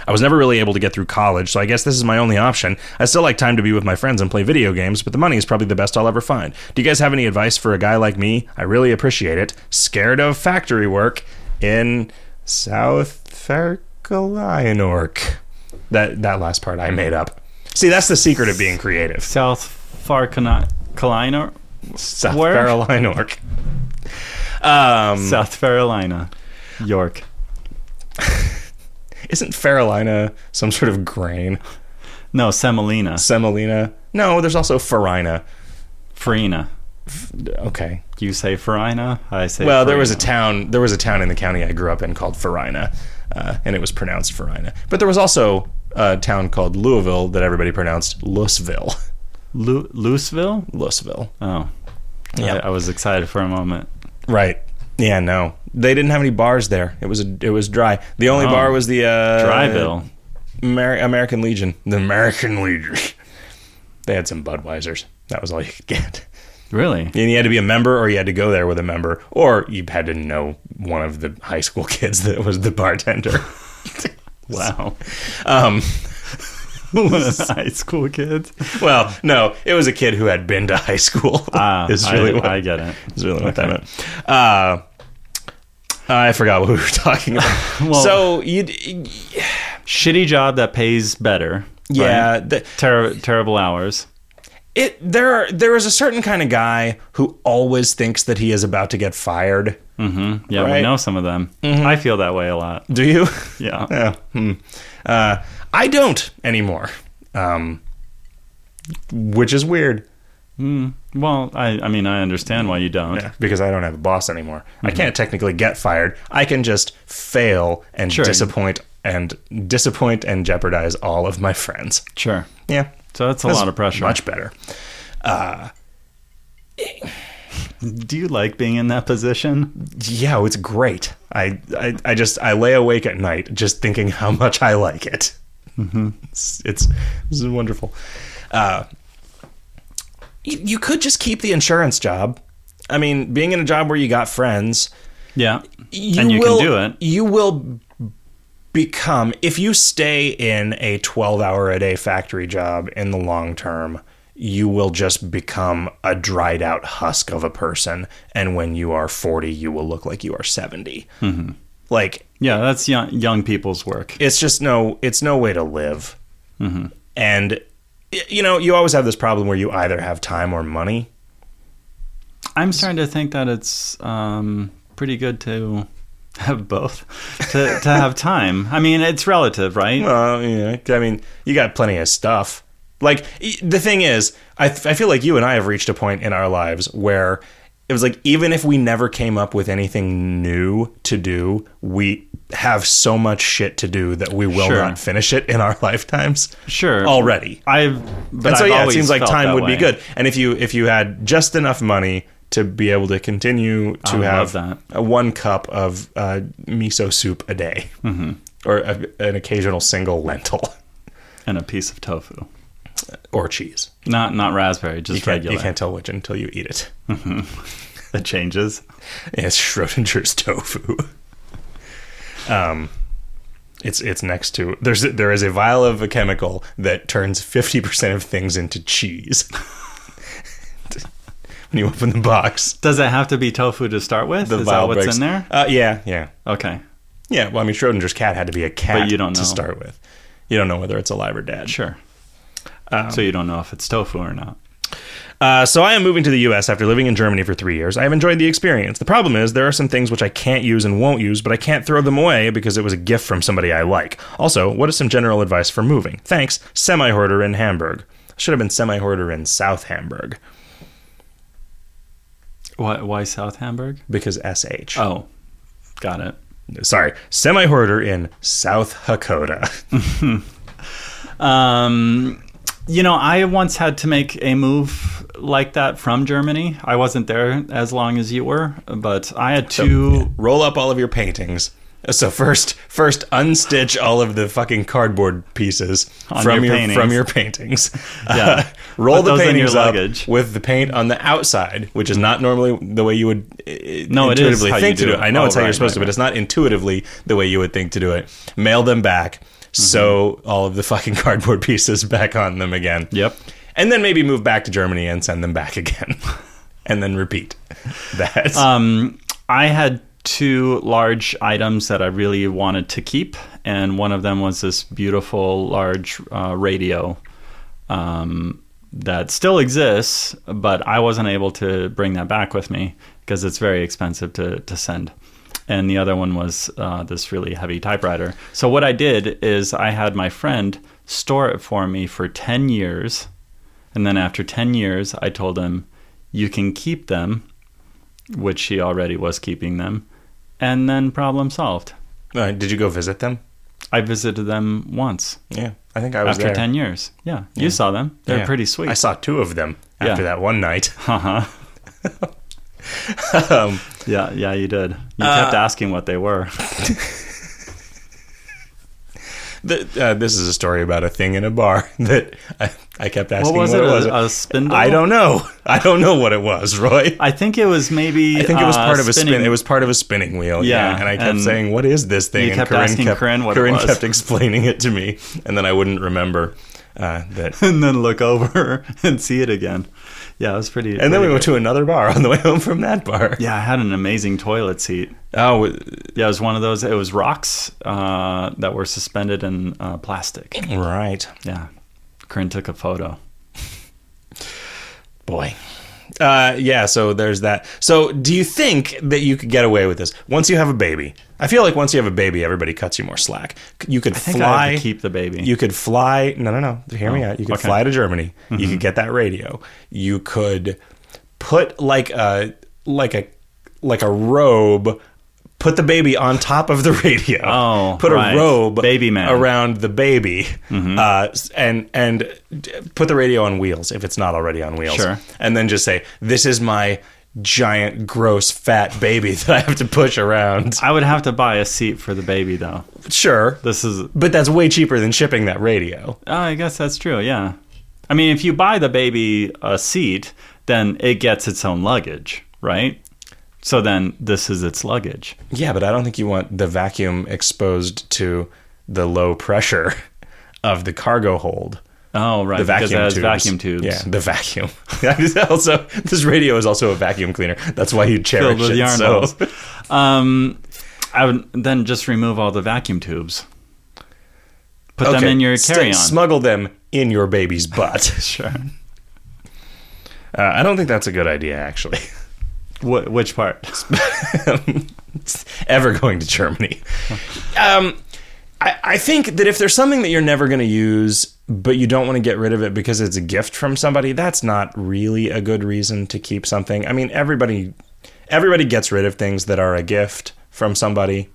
I was never really able to get through college, so I guess this is my only option. I still like time to be with my friends and play video games, but the money is probably the best I'll ever find. Do you guys have any advice for a guy like me? I really appreciate it. Scared of factory work in South Farkalionork. That that last part I made up. See, that's the secret of being creative. South far Carolina, South Where? Farkalionork. Um, South Carolina, York. isn't Farolina some sort of grain? No, Semolina, Semolina? No, there's also farina. Farina. Okay. You say Farina, I say. Well, there was a Farina. town. There was a town in the county I grew up in called Farina, uh, and it was pronounced Farina. But there was also a town called Louisville that everybody pronounced Louisville. *laughs* Lu- Louisville. Louisville. Oh, Yeah. I, I was excited for a moment. Right. Yeah. No, they didn't have any bars there. It was a, it was dry. The only Oh. bar was the uh, Dryville. Amer- American Legion. The American Legion. *laughs* they had some Budweisers. That was all you could get. really? And you had to be a member, or you had to go there with a member, or you had to know one of the high school *laughs* kids that was the bartender. Wow. *laughs* *laughs* Um, One *laughs* of the high school kids. well, no, it was a kid who had been to high school. Ah, *laughs* is really I, what, I get it. is really what that meant. Uh, I forgot what we were *laughs* talking about. Well- so you, Shitty job that pays better. yeah, right? the- Ter- terrible hours. it there are there is a certain kind of guy who always thinks that he is about to get fired. Mm-hmm. Yeah, Right. Mm-hmm. we know some of them. I feel that way a lot. Do you? Yeah. *laughs* Yeah. Hmm. Uh, I don't anymore. Um, which is weird Well, I, I mean, I understand why you don't. because I don't have a boss anymore. Mm-hmm. I can't technically get fired. I can just fail and Sure. disappoint and disappoint and jeopardize all of my friends. Sure. Yeah. So that's a lot of pressure. Much better. Do you like being in that position? Yeah, it's great. I, I I just I lay awake at night just thinking how much I like it. Mm-hmm. It's, it's this is wonderful. Uh, you, you could just keep the insurance job. I mean, being in a job where you got friends, Yeah. you and you will, can do it. You will become if you stay in a 12-hour a day factory job in the long term, you will just become a dried out husk of a person and when you are 40, you will look like you are 70. Mm-hmm. Like Yeah, that's young, young people's work. it's just no it's no way to live Mm-hmm. and y- you know you always have this problem where you either have time or money I'm starting to think that it's um, pretty good to have both, to, to have time. I mean, it's relative, right? well yeah i mean you got plenty of stuff like y- the thing is I, f- I feel like you and i have reached a point in our lives where it was like even if we never came up with anything new to do we have so much shit to do that we will Sure. not finish it in our *laughs* lifetimes Sure. already I've, but and so I've yeah, it always seems like felt time that would way. be good. And if you if you had just enough money to be able to continue to would have love that. a one cup of uh, miso soup a day, mm-hmm. or a, an occasional single lentil *laughs* And a piece of tofu, or cheese, not not raspberry, just you can't, regular. you can't tell which until you eat it. *laughs* It changes. it's Schrodinger's tofu. *laughs* um. It's it's next to there's there is a vial of a chemical that turns fifty percent of things into cheese. *laughs* when you open the box, Does it have to be tofu to start with? Is vial that what's breaks- in there? Uh, yeah, yeah, Okay. yeah. Well, I mean, Schrodinger's cat had to be a cat. But you don't to know. start with. You don't know whether it's alive or dead. Sure. Um, so you don't know if it's tofu or not. Uh, so I am moving to the U.S. after living in Germany for three years. I have enjoyed the experience. The problem is there are some things which I can't use and won't use, but I can't throw them away because it was a gift from somebody I like. Also, what is some general advice for moving? Thanks, semi hoarder in Hamburg. Should have been semi hoarder in South Hamburg Why, why South Hamburg? because sh. Oh, got it. Sorry, semi hoarder in South *laughs* Hakoda. Um, you know, I once had to make a move like that from Germany. I wasn't there as long as you were, but I had to. *laughs* roll up all of your paintings. So first, first unstitch all of the fucking cardboard pieces On from your your, paintings. from your paintings. *laughs* Yeah. *laughs* roll Put the those in your paintings up luggage. with the paint on the outside, which is not normally the way you would uh, No, it is intuitively how you think do to do it. it. I know Oh, it's how right, you're supposed right, to, but it's not intuitively the way you would think to do it. Mail them back. Mm-hmm. Sew all of the fucking *laughs* cardboard pieces back on them again. Yep. And then maybe move back to Germany and send them back again, *laughs* and then repeat that. Um, I had two large items that I really wanted to keep, and one of them was this beautiful large uh, radio um, that still exists, but I wasn't able to bring that back with me because it's very expensive to, to send. And the other one was uh, this really heavy typewriter. So, what I did is I had my friend store it for me for 10 years. And then after 10 years, I told him, You can keep them, which she already was keeping them, and then problem solved. Uh, did you go visit them? I visited them once Yeah, I think I was after there. 10 years. Yeah, you saw them. They're Yeah. pretty *laughs* sweet. I saw two of them Yeah. after that one *laughs* night. Uh-huh. um, uh, Yeah, yeah, you did. You kept asking what *laughs* they were. th- uh, this is a story about a thing in a bar *laughs* that I, I kept asking What what, was it? it was. A, a spindle? I don't know. *laughs* I don't know what it was, Roy. I think it was maybe. I think it was uh, part of a spin. spinning- It was part of a spinning wheel. Yeah, Yeah, and I kept and saying, "What is this thing?" you kept asking Corinne what it was. kept explaining it to me, and then I wouldn't remember uh, *laughs* that. *laughs* and then look over *laughs* and see it again. Yeah, it was pretty. And then we pretty went to another bar on the way home from that bar. great. Yeah, I had an amazing toilet seat. Oh, w- Yeah, it was one of those. It was rocks uh, that were suspended in uh, plastic. right, Yeah, Corinne took a photo. boy. Uh, yeah. So there's that. So do you think that you could get away with this once you have a baby? I feel like once you have a baby, everybody cuts you more slack. You could I think fly. I had to keep the baby. You could fly. No, no, no. Hear me Oh, out. You could okay. Mm-hmm. fly to Germany. You could get that radio. You could put like a like a like a robe. Put the baby on top of the *laughs* radio. Oh, put a right. robe, Baby man. around the baby, Mm-hmm. uh, s- and and d- put the radio on wheels if it's not already on wheels. Sure. And then just say, "This is my giant, gross, fat baby *laughs* that I have to push around." I would have to buy a seat for the baby though. Sure, This is. but that's way cheaper than shipping that radio. Oh, I guess that's true. Yeah, I mean, if you buy the baby a seat, then it gets its own luggage, right? So then this is its luggage. Yeah, but I don't think you want the vacuum exposed to the low pressure *laughs* of the cargo hold. Oh, right. The vacuum because it has tubes. vacuum tubes. Yeah, the vacuum. *laughs* It's also, this radio is also a vacuum cleaner. That's why you filled cherish with it. yarn so. balls. Um, I would then just remove all the vacuum tubes. Put them Okay, in your st- carry-on. Smuggle them in your baby's butt. sure. *laughs* Uh, I don't think that's a good idea, actually. *laughs* Wh- which part? *laughs* ever going to Germany. Um, I, I think that if there's something that you're never going to use, but you don't want to get rid of it because it's a gift from somebody, that's not really a good reason to keep something. I mean, everybody, everybody gets rid of things that are a gift from somebody.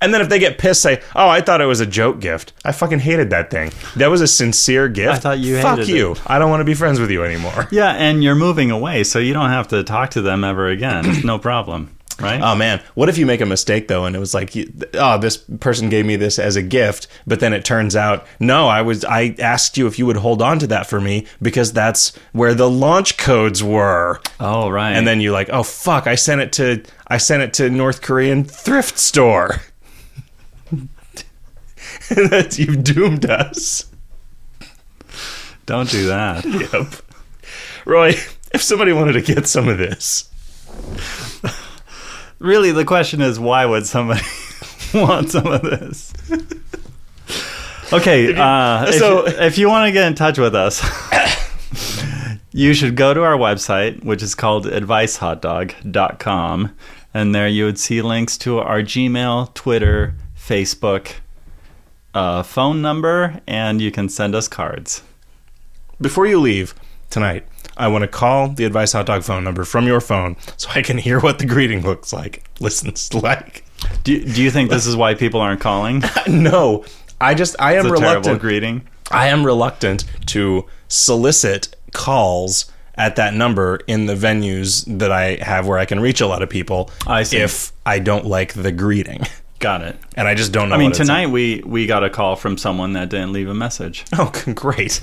And then if they get pissed, say, "Oh, I thought it was a joke gift. I fucking hated that thing. That was a sincere gift. I thought you Fuck hated you. I don't want to be friends with you anymore." Yeah, and you're moving away, so you don't have to talk to them ever again. No problem, right? Oh man, what if you make a mistake though, and it was like, you- oh, this person gave me this as a gift, but then it turns out, no, I was, I asked you if you would hold on to that for me because that's where the launch codes were, oh, right. and then you're like, oh fuck, I sent it to, I sent it to North Korean thrift store. *laughs* and that's you've doomed us. don't do that. Yep, Roy. If somebody wanted to get some of this, really the question is why would somebody *laughs* want some of this okay uh, if, so- you, if you want to get in touch with us *coughs* you should go to our website which is called advicehotdog.com and there you would see links to our gmail twitter facebook uh, phone number and you can send us cards before you leave tonight, I want to call the Advice Hot Dog phone number from your phone so I can hear what the greeting looks like, *laughs* listens like. do, do you think this is why people aren't calling it's No, I just I am a terrible reluctant. greeting I am reluctant to solicit calls at that number in the venues that I have where I can reach a lot of people. I see. If I don't like the greeting, got it and I just don't know. I mean, what it's- tonight we we got a call from someone that didn't leave a message. *laughs* Oh, c- great.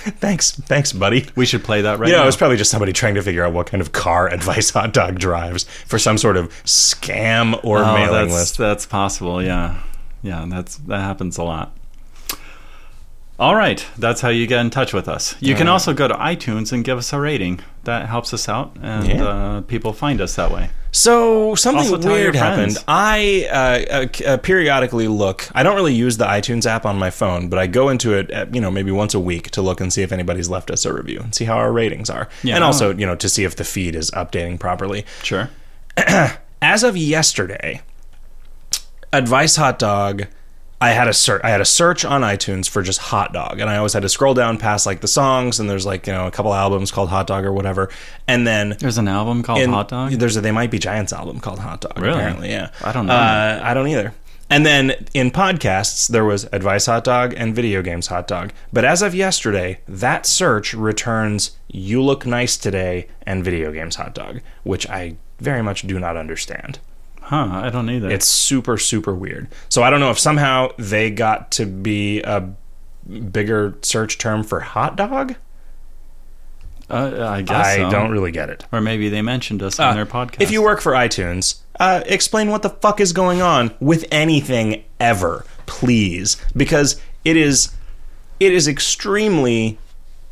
Thanks, thanks, buddy. We should play that right You know, now. it was probably just somebody trying to figure out what kind of car *laughs* Advice Hot Dog drives for some sort of scam or oh, mailing that's, list. That's possible. Yeah, yeah. That's that happens a lot. All right, that's how you get in touch with us. You can also go to iTunes and give us a rating. That helps us out, and Yeah. uh, people find us that way. So something Also tell your weird happened. friends. I uh, uh, c- uh, periodically look. I don't really use the iTunes app on my phone, but I go into it, at, you know, maybe once a week to look and see if anybody's left us a review and see how our ratings are, Yeah. and also you know to see if the feed is updating properly. Sure. as of yesterday, Advice Hot Dog I had a search. I had a search on iTunes for just hot dog, and I always had to scroll down past like the songs, and there's like you know a couple albums called Hot Dog or whatever, and then There's an album called and Hot Dog. There's a They Might Be Giants album called Hot Dog. Really? Apparently, yeah. I don't know. Uh, I don't either. And then in podcasts, there was Advice Hot Dog and Video Games Hot Dog. But as of yesterday, that search returns You Look Nice Today and Video Games Hot Dog, which I very much do not understand. Huh? I don't either. It's super, super weird. So I don't know if somehow they got to be a bigger search term for hot dog. uh, I guess I so. don't really get it. Or maybe they mentioned us on their podcast. Uh, If you work for iTunes, uh, explain what the fuck is going on with anything ever, please, because it is it is extremely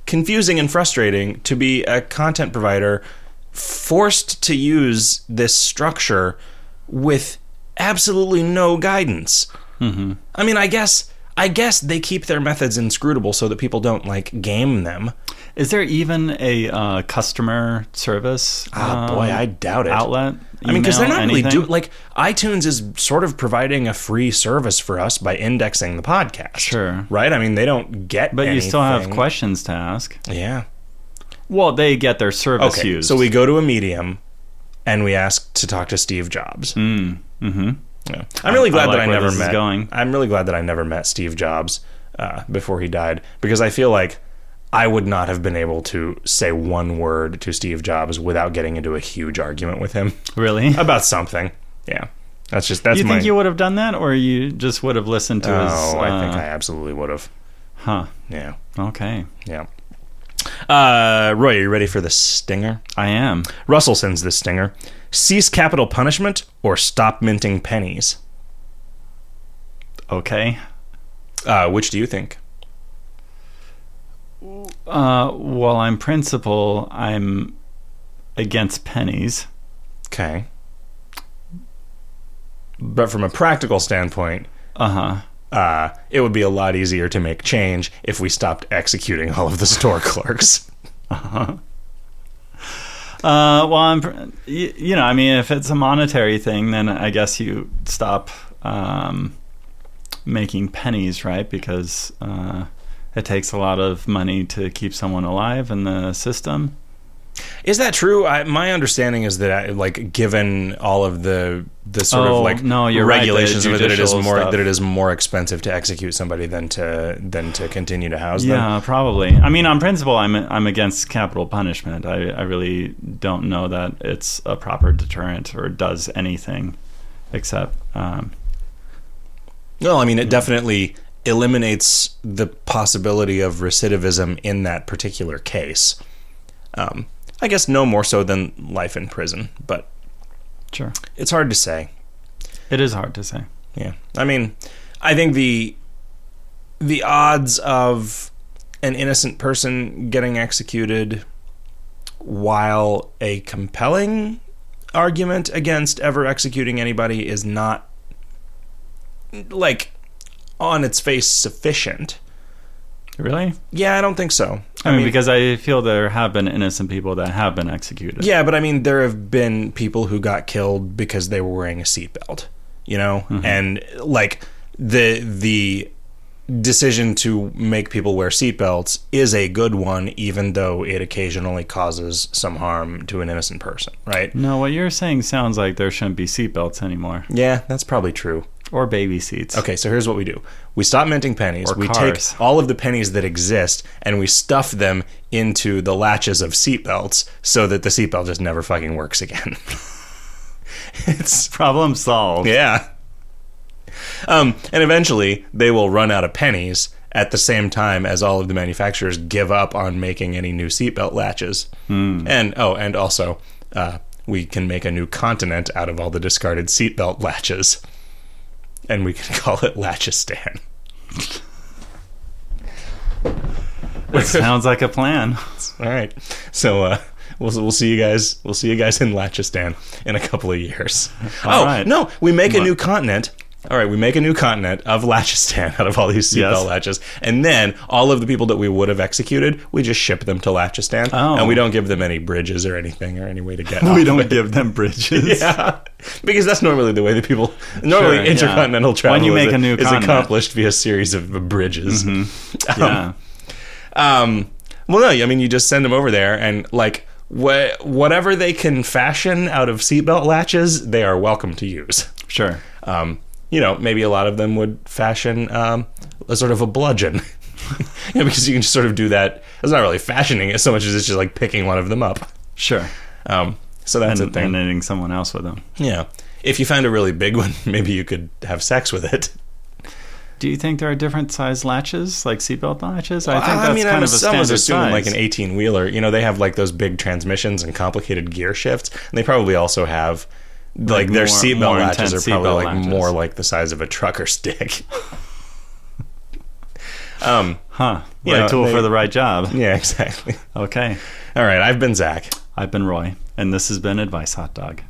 confusing and frustrating to be a content provider forced to use this structure with absolutely no guidance. Mm-hmm. I mean, I guess I guess they keep their methods inscrutable so that people don't like game them. Is there even a uh, customer service? um, Ah, boy, I doubt it. Outlet. I mean, because they're Email? not really Anything? do like iTunes is sort of providing a free service for us by indexing the podcast. Sure. right? I mean, they don't get, But you still have anything. questions to ask. Yeah. Well, they get their service Okay, used. so we go to a medium, and we ask to talk to Steve Jobs. Mm-hmm. Yeah. I'm really glad I that like I where never this is met. going. I'm really glad that I never met Steve Jobs uh, before he died because I feel like I would not have been able to say one word to Steve Jobs without getting into a huge argument with him *laughs* Really? about something. Yeah, that's just that's you my. think you would have done that, or you just would have listened to his? oh, I think uh, I absolutely would have. Huh. Yeah, Okay. yeah. Uh, Roy, are you ready for the stinger? I am. Russell sends this stinger: cease capital punishment or stop minting pennies. Okay. Uh, which do you think? Uh, while I'm principal, I'm against pennies. Okay. But from a practical standpoint, Uh huh. uh, it would be a lot easier to make change if we stopped executing all of the store *laughs* clerks. Uh, well, I'm, pr- y- you know, I mean, if it's a monetary thing, then I guess you stop um, making pennies, right? Because uh, it takes a lot of money to keep someone alive in the system. Is that true? I, my understanding is that, I, like, given all of the the sort Oh, of like no, you're right, the regulations of it, that it is judicial more stuff. that it is more expensive to execute somebody than to than to continue to house them. Yeah, probably. I mean, on principle, I'm I'm against capital punishment. I, I really don't know that it's a proper deterrent or does anything, except um, No, I mean it definitely eliminates the possibility of recidivism in that particular case. Um, I guess no more so than life in prison, but sure, it's hard to say. it is hard to say. Yeah, I mean, I think the the odds of an innocent person getting executed while a compelling argument against ever executing anybody is not like on its face sufficient. Really? Yeah, I don't think so. I, mean, because I feel there have been innocent people that have been executed. Yeah, but I mean, there have been people who got killed because they were wearing a seatbelt, you know, and like the the decision to make people wear seatbelts is a good one, even though it occasionally causes some harm to an innocent person, right? No, what you're saying sounds like there shouldn't be seatbelts anymore Yeah, that's probably true. or baby seats. Okay, so here's what we do: we stop minting pennies. Or we cars. take all of the pennies that exist and we stuff them into the latches of seatbelts, so that the seatbelt just never fucking works again. *laughs* it's Problem solved. yeah. Um, and eventually, they will run out of pennies at the same time as all of the manufacturers give up on making any new seatbelt latches. And oh, and also, uh, we can make a new continent out of all the discarded seatbelt latches, and we can *laughs* call it Latchistan. It sounds like *laughs* a plan. *laughs* All right, so uh, we'll we'll see you guys. We'll see you guys in Latchistan in a couple of years. All oh right. no, we make a new continent. all right, we make a new continent of Lachistan *laughs* out of all these seatbelt Yes. latches, and then all of the people that we would have executed, we just ship them to Lachistan, Oh. and we don't give them any bridges or anything or any way to *laughs* get. we off don't it. give them *laughs* bridges. Yeah, because that's normally the way that people normally Sure, yeah. intercontinental travel When you make is, a new is continent. Mm-hmm. accomplished via series of bridges. *laughs* *laughs* Yeah. Um, well, no, I mean you just send them over there, and like wha- whatever they can fashion out of seatbelt latches, they are welcome to use. Sure. Um, you know, maybe a lot of them would fashion um, a sort of a bludgeon. *laughs* you know, because you can just sort of do that. It's not really fashioning it so much as it's just like picking one of them up. Sure. Um, so that's a and, thing. and hitting someone else with them. Yeah. If you found a really big one, *laughs* maybe you could have sex with it. Do you think there are different size latches, like seatbelt latches? I think I that's mean, kind I of a was, I standard was assuming like size. an 18 wheeler. You know, they have like those big transmissions and complicated gear shifts. And they probably also have like, their more- seatbelt more latches are intense probably seatbelt like latches. more like the size of a trucker *laughs* stick. um, huh? you Right know, tool they- for the right job. yeah, exactly. Okay. All right. I've been Zach. I've been Roy, and this has been Advice Hot Dog.